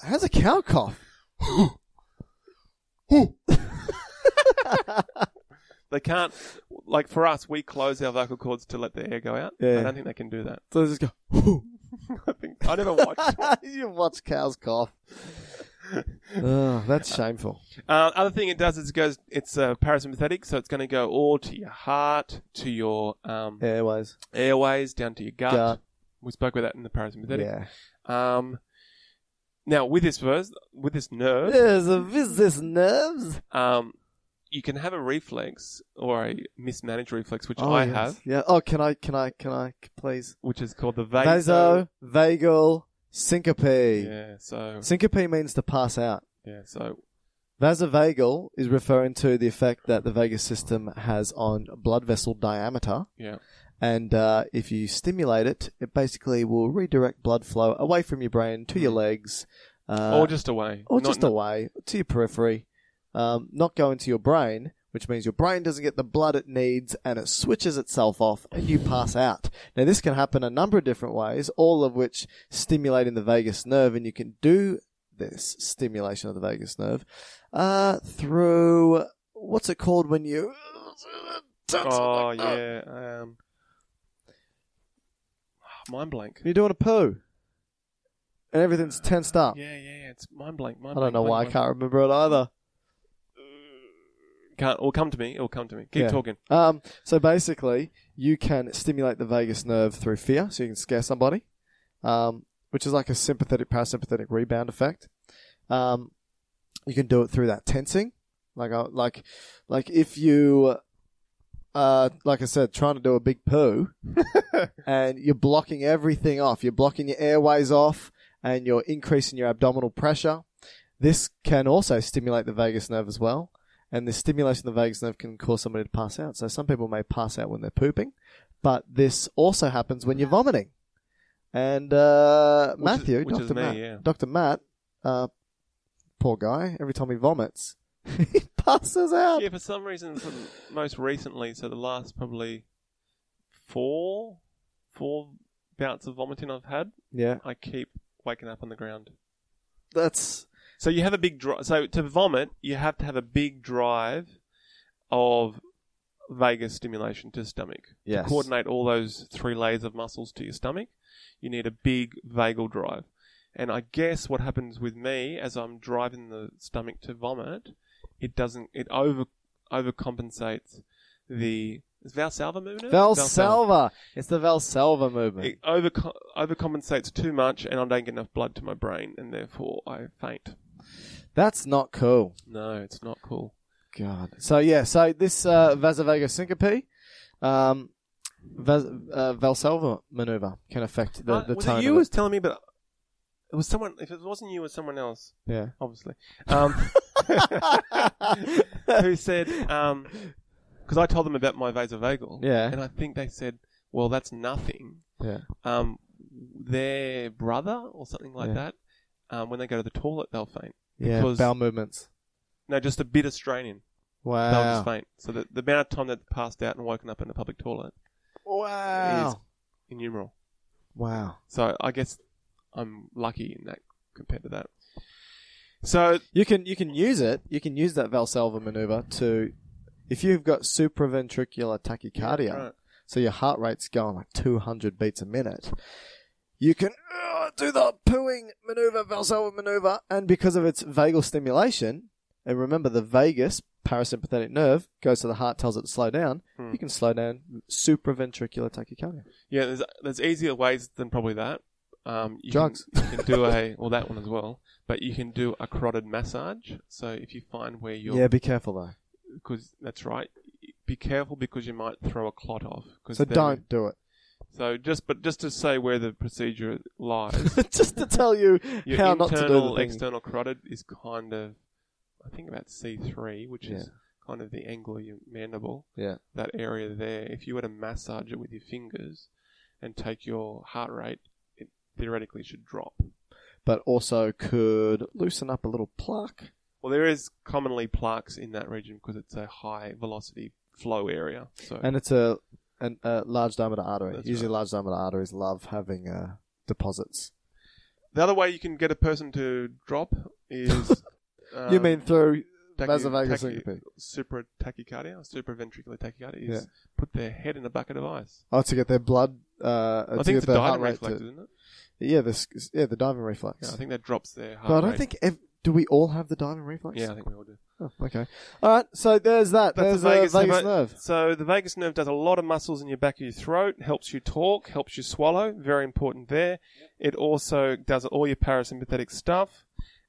How's a cow cough? They can't, like for us, we close our vocal cords to let the air go out. Yeah. I don't think they can do that. (laughs) So they just go. I think I never watched. (laughs) you watch cows (laughs) cough. oh, that's shameful. Uh, other thing it does is it goes. It's uh, parasympathetic, so it's going to go all to your heart, to your um, Airways. airways, down to your gut. Gut. We spoke about that in the parasympathetic. Yeah. Um, now with this verse, with this nerve, There's a business nerves. um, you can have a reflex or a mismanaged reflex, which Oh, I yes. have, Yeah. Oh, can I? Can I? Can I? Please. which is called the vaso. Vaso vagal syncope. Yeah. So Syncope means to pass out. yeah. So Vasovagal is referring to the effect that the vagus system has on blood vessel diameter, yeah. and uh, if you stimulate it, it basically will redirect blood flow away from your brain to your legs, uh, Hmm. or just away. or Not- just not- away to your periphery, um, not go into your brain, which means your brain doesn't get the blood it needs and it switches itself off and you pass out. Now, this can happen a number of different ways, all of which stimulating the vagus nerve, and you can do this stimulation of the vagus nerve uh, through what's it called when you. Oh yeah. Um, mind blank. You're doing a poo. And everything's tensed up. Yeah, yeah, yeah. It's mind blank. Oh. I Mind don't blank, know mind why I blank. can't remember it either. Can't. It'll come to me. It'll come to me. Keep Yeah. talking. Um, so basically, you can stimulate the vagus nerve through fear, so you can scare somebody, um, which is like a sympathetic parasympathetic rebound effect. Um, you can do it through that tensing, like I, like like if you, uh, like I said, trying to do a big (laughs) poo, and you're blocking everything off. You're blocking your airways off, and you're increasing your abdominal pressure. This can also stimulate the vagus nerve as well and the stimulation of the vagus nerve can cause somebody to pass out. So some people may pass out when they're pooping, but this also happens when you're vomiting. And uh, Which is- Matthew, which is Doctor me, Matt, yeah. Doctor Matt, uh, poor guy. Every time he vomits, (laughs) he passes out. Yeah, for some reason, for most recently, so the last probably four, four bouts of vomiting I've had, Yeah, I keep waking up on the ground. that's So you have a big drive. So to vomit, you have to have a big drive of vagus stimulation to stomach. Yes. To coordinate all those three layers of muscles to your stomach, you need a big vagal drive. And I guess what happens with me as I'm driving the stomach to vomit, it doesn't. It over overcompensates the is Valsalva movement. Valsalva. It's the Valsalva movement. It overco- overcompensates too much, and I don't get enough blood to my brain, and therefore I faint. that's not cool. No, it's not cool. God. So yeah, so this uh, vasovagal syncope, um, vas- uh, Valsalva maneuver can affect the, Uh, the was tone. it you of was telling me, but it was someone. If it wasn't you, it was someone else, Yeah. obviously. Um, (laughs) (laughs) who said? Because I told them about my vasovagal. Yeah. And I think they said, "Well, that's nothing." Yeah. Um, their brother or something like Yeah. that. Um, when they go to the toilet, they'll faint. (laughs) Yeah. Because- Bowel movements. No, just a bit of strain in. They'll just Wow. faint. So the, the amount of time they've passed out and woken up in a public toilet is Wow. innumerable. Wow. So I guess I'm lucky in that compared to that. So You can you can use it. You can use that Valsalva maneuver to, if you've got supraventricular tachycardia, right. so your heart rate's going like 200 beats a minute. You can uh, do the pooing maneuver, Valsalva maneuver, and because of its vagal stimulation, and remember the vagus parasympathetic nerve goes to the heart, tells it to slow down. You can slow down supraventricular tachycardia. Yeah, there's there's easier ways than probably that. Um, you Drugs. Can, you can do a well that one as well, but you can do a carotid massage. So if you find where you're, Yeah, be careful though. because that's right. Be careful because you might throw a clot off. 'cause So then- don't do it. (laughs) So just but just to say where the procedure lies, Just to tell you your how not to do internal the thing. external carotid is kind of, I think about C three, which is kind of the angle of your mandible. yeah. that area there, if you were to massage it with your fingers and take your heart rate, it theoretically should drop. but also could loosen up a little plaque. Well, there is commonly plaques in that region because it's a high velocity flow area. So And it's a, an, a large diameter artery. That's Usually, large diameter arteries love having uh, deposits. The other way you can get a person to drop is. (laughs) you um, mean through tachy- vasovagal tachy- syncope? Supra tachycardia, supraventricular tachycardia, Yeah. is put their head in a bucket of ice. Oh, to get their blood. Uh, I to think get it's a their heart diving rate reflex, to- isn't it? yeah, the s- yeah the diving reflex. Yeah, I think that drops their heart but I don't rate. think ev- do we all have the diving reflex? Yeah, I think we all do. Oh, okay. All right. So there's that. That's there's the vagus, nerve. nerve. So the vagus nerve does a lot of muscles in your back of your throat, helps you talk, helps you swallow, very important there. It also does all your parasympathetic stuff,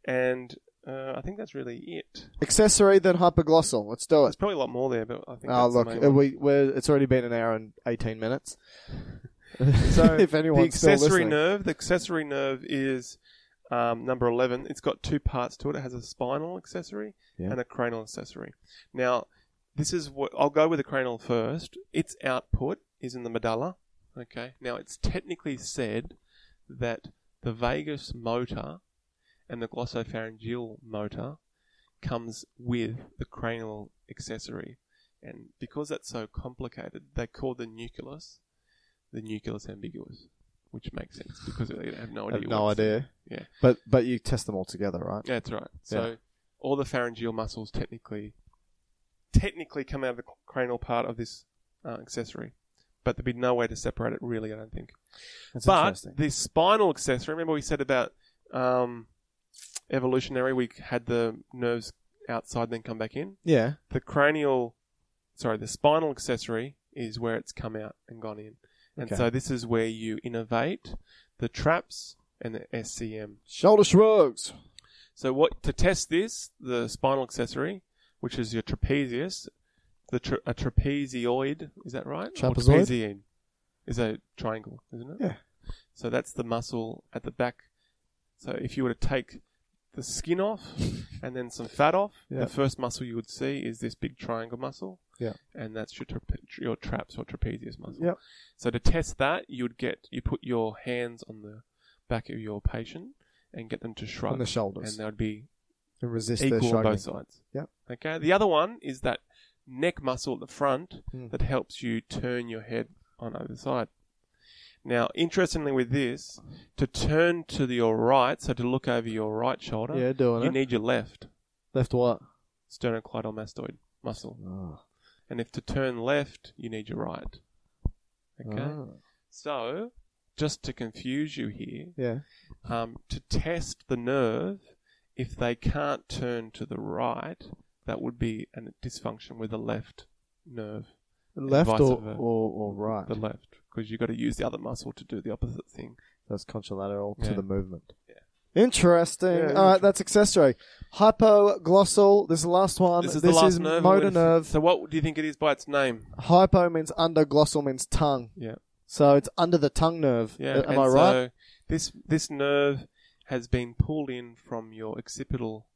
and uh, I think that's really it. Accessory then hypoglossal. Let's do There's it. probably a lot more there, but I think. Oh, that's the look, main uh, one. we we're, it's already been an hour and eighteen minutes. (laughs) So (laughs) if the anyone's accessory still listening, nerve, the accessory nerve is um, number eleven. It's got two parts to it. It has a spinal accessory Yeah. and a cranial accessory. Now, this is what I'll go with the cranial first. Its output is in the medulla. Okay. Now, it's technically said that the vagus motor and the glossopharyngeal motor comes with the cranial accessory. And because that's so complicated, they call the nucleus the nucleus ambiguous, which makes sense because they have no I idea. have no what's- idea. Yeah. But but you test them all together, right? Yeah, that's right. So all the pharyngeal muscles technically technically come out of the cranial part of this uh, accessory, but there'd be no way to separate it really. I don't think. That's but interesting. the spinal accessory. Remember we said about um, evolutionary. We had the nerves outside, then come back in. yeah. The cranial, sorry, the spinal accessory is where it's come out and gone in, and Okay. so this is where you innovate the traps and the SCM. Shoulder shrugs. So what to test this, the spinal accessory, which is your trapezius, the tra- a trapezoid, is that right? Or Trapezoid? trapezium is a triangle, isn't it? Yeah. So that's the muscle at the back. So if you were to take the skin (laughs) off and then some fat off, Yeah. the first muscle you would see is this big triangle muscle, Yeah. and that's your trape- your traps or trapezius muscle. Yep. So to test that, you would get you put your hands on the back of your patient and get them to shrug On the shoulders. and they would be And resist their equal on shrugging. both sides. Yep. Okay. The other one is that neck muscle at the front Mm. that helps you turn your head on either side. Now, interestingly, with this, to turn to the, your right, so to look over your right shoulder, Yeah, doing you it. need your left Left what? sternocleidomastoid muscle. Oh. And if to turn left, you need your right. Okay. Oh. So, just to confuse you here, Yeah. um, to test the nerve. If they can't turn to the right, that would be a dysfunction with the left nerve, Left vice or, versa. or, or right? the left, because you've got to use the other muscle to do the opposite thing. That's contralateral to Yeah. the movement. Interesting. Yeah, All right, that's accessory. Hypoglossal. Um, This is the last one. this is the last nerve. I'm motor gonna- (laughs) nerve. So, what do you think it is by its name? Hypo means under. Glossal means tongue. Yeah, So it's under the tongue nerve. yeah. Uh, Am and I right? So this this nerve has been pulled in from your occipital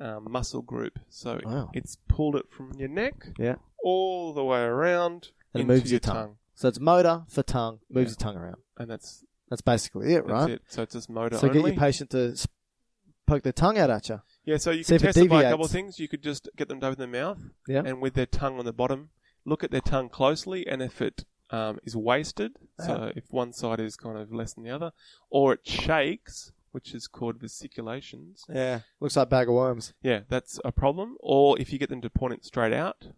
um, muscle group, so Wow. it's pulled it from your neck yeah. all the way around And it into moves your your tongue. tongue. So it's motor for tongue. Moves your tongue around. and that's That's basically it, that's right? it. So it's just motor So only. get your patient to s- poke their tongue out at you. Yeah, so you See could if it test it by a deviates. couple of things. You could just get them to open their mouth Yeah. and with their tongue on the bottom, look at their tongue closely, and if it um, is wasted, Ah. so if one side is kind of less than the other, or it shakes, which is called vesiculations. yeah. Looks like a bag of worms. Yeah, that's a problem. Or if you get them to point it straight out,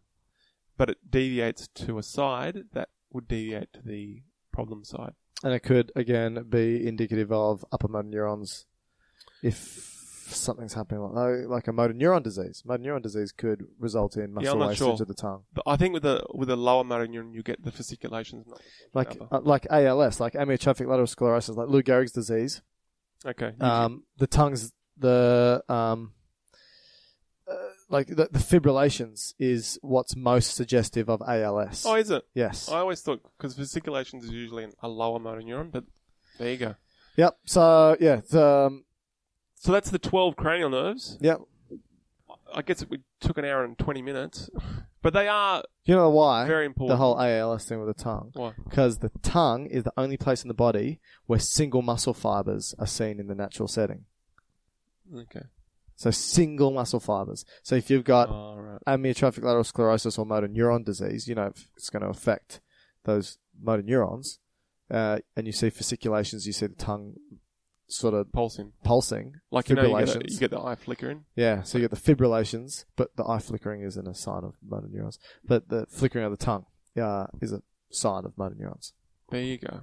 but it deviates to a side, that would deviate to the problem side. And it could, again, be indicative of upper motor neurons if something's happening like oh, like a motor neuron disease. Motor neuron disease could result in I'm muscle not wastage sure. of the tongue. But I think with the with the lower motor neuron, you get the vesiculations. Not Like upper. uh, like ALS, like amyotrophic lateral sclerosis, like Lou Gehrig's disease. okay, you- Um, the tongue's, the, um, uh, like the, the fibrillations is what's most suggestive of ALS. oh, is it? yes. I always thought because vesiculations is usually an- a lower motor neuron, but there you go. Yep. So yeah, it's, um, So that's the twelve cranial nerves. yep. I guess it we took an hour and twenty minutes, (sighs) but they are You know why? Very The important. whole ALS thing with the tongue. Why? Because the tongue is the only place in the body where single muscle fibers are seen in the natural setting. okay. So single muscle fibers. So if you've got All right. amyotrophic lateral sclerosis or motor neuron disease, you know if it's going to affect those motor neurons. Uh, and you see fasciculations, you see the tongue sort of pulsing. pulsing, Like you know, you get, a- you get the eye flickering. yeah, so you get the fibrillations, but the eye flickering isn't a sign of motor neurons. But the flickering of the tongue uh, is a sign of motor neurons. There you go.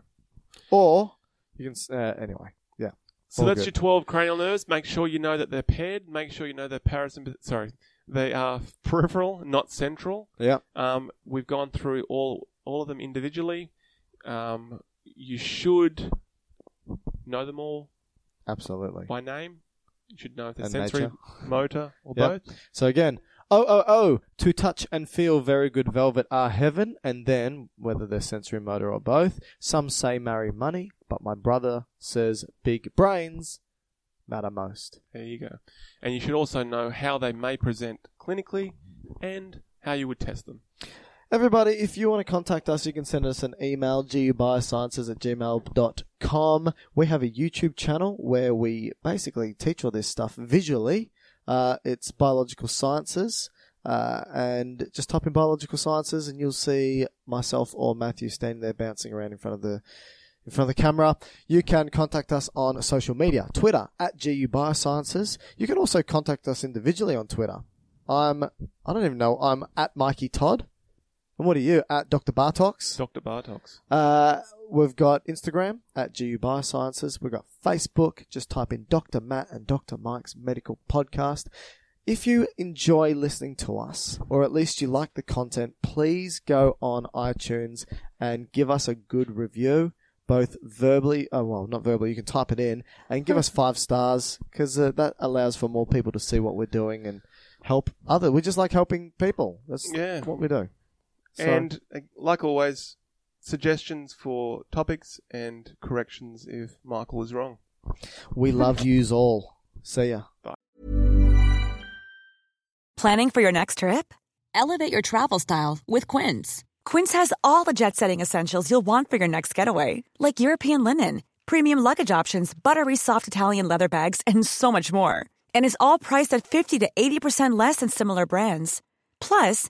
Or you can s- uh, anyway, yeah. So All that's good. your 12 cranial nerves. Make sure you know that they're paired. Make sure you know they're parasympathetic. Sorry, they are peripheral, not central. yeah. Um, we've gone through all all of them individually. Um, you should know them all Absolutely. by name. You should know if they're And sensory, nature. motor, or Yep. both. So again, oh oh oh, to touch and feel very good velvet are heaven, and then whether they're sensory motor or both, some say marry money, but my brother says big brains matter most. There you go. And you should also know how they may present clinically and how you would test them. Everybody, if you want to contact us, you can send us an email, gubiosciences at gmail.com. We have a YouTube channel where we basically teach all this stuff visually. Uh, it's biological sciences. Uh, and just type in biological sciences and you'll see myself or Matthew standing there bouncing around in front of the in front of the camera. You can contact us on social media, Twitter at GU Biosciences. You can also contact us individually on Twitter. I'm I don't even know, I'm at Mikey Todd. And what are you at Dr. Bartox? Dr. Bartox. Uh, we've got Instagram at GU Biosciences. We've got Facebook. Just type in Dr. Matt and Dr. Mike's Medical Podcast. If you enjoy listening to us, or at least you like the content, please go on iTunes and give us a good review, both verbally, oh, well, not verbally, you can type it in, and give (laughs) us five stars, because uh, that allows for more people to see what we're doing and help other. We just like helping people. That's Yeah. what we do. So- And uh, like always, suggestions for topics and corrections if Michael is wrong. We love yous all. See ya. Planning for your next trip? Elevate your travel style with Quince. Quince has all the jet setting essentials you'll want for your next getaway, like European linen, premium luggage options, buttery soft Italian leather bags, and so much more. And is all priced at 50 to 80% less than similar brands. Plus,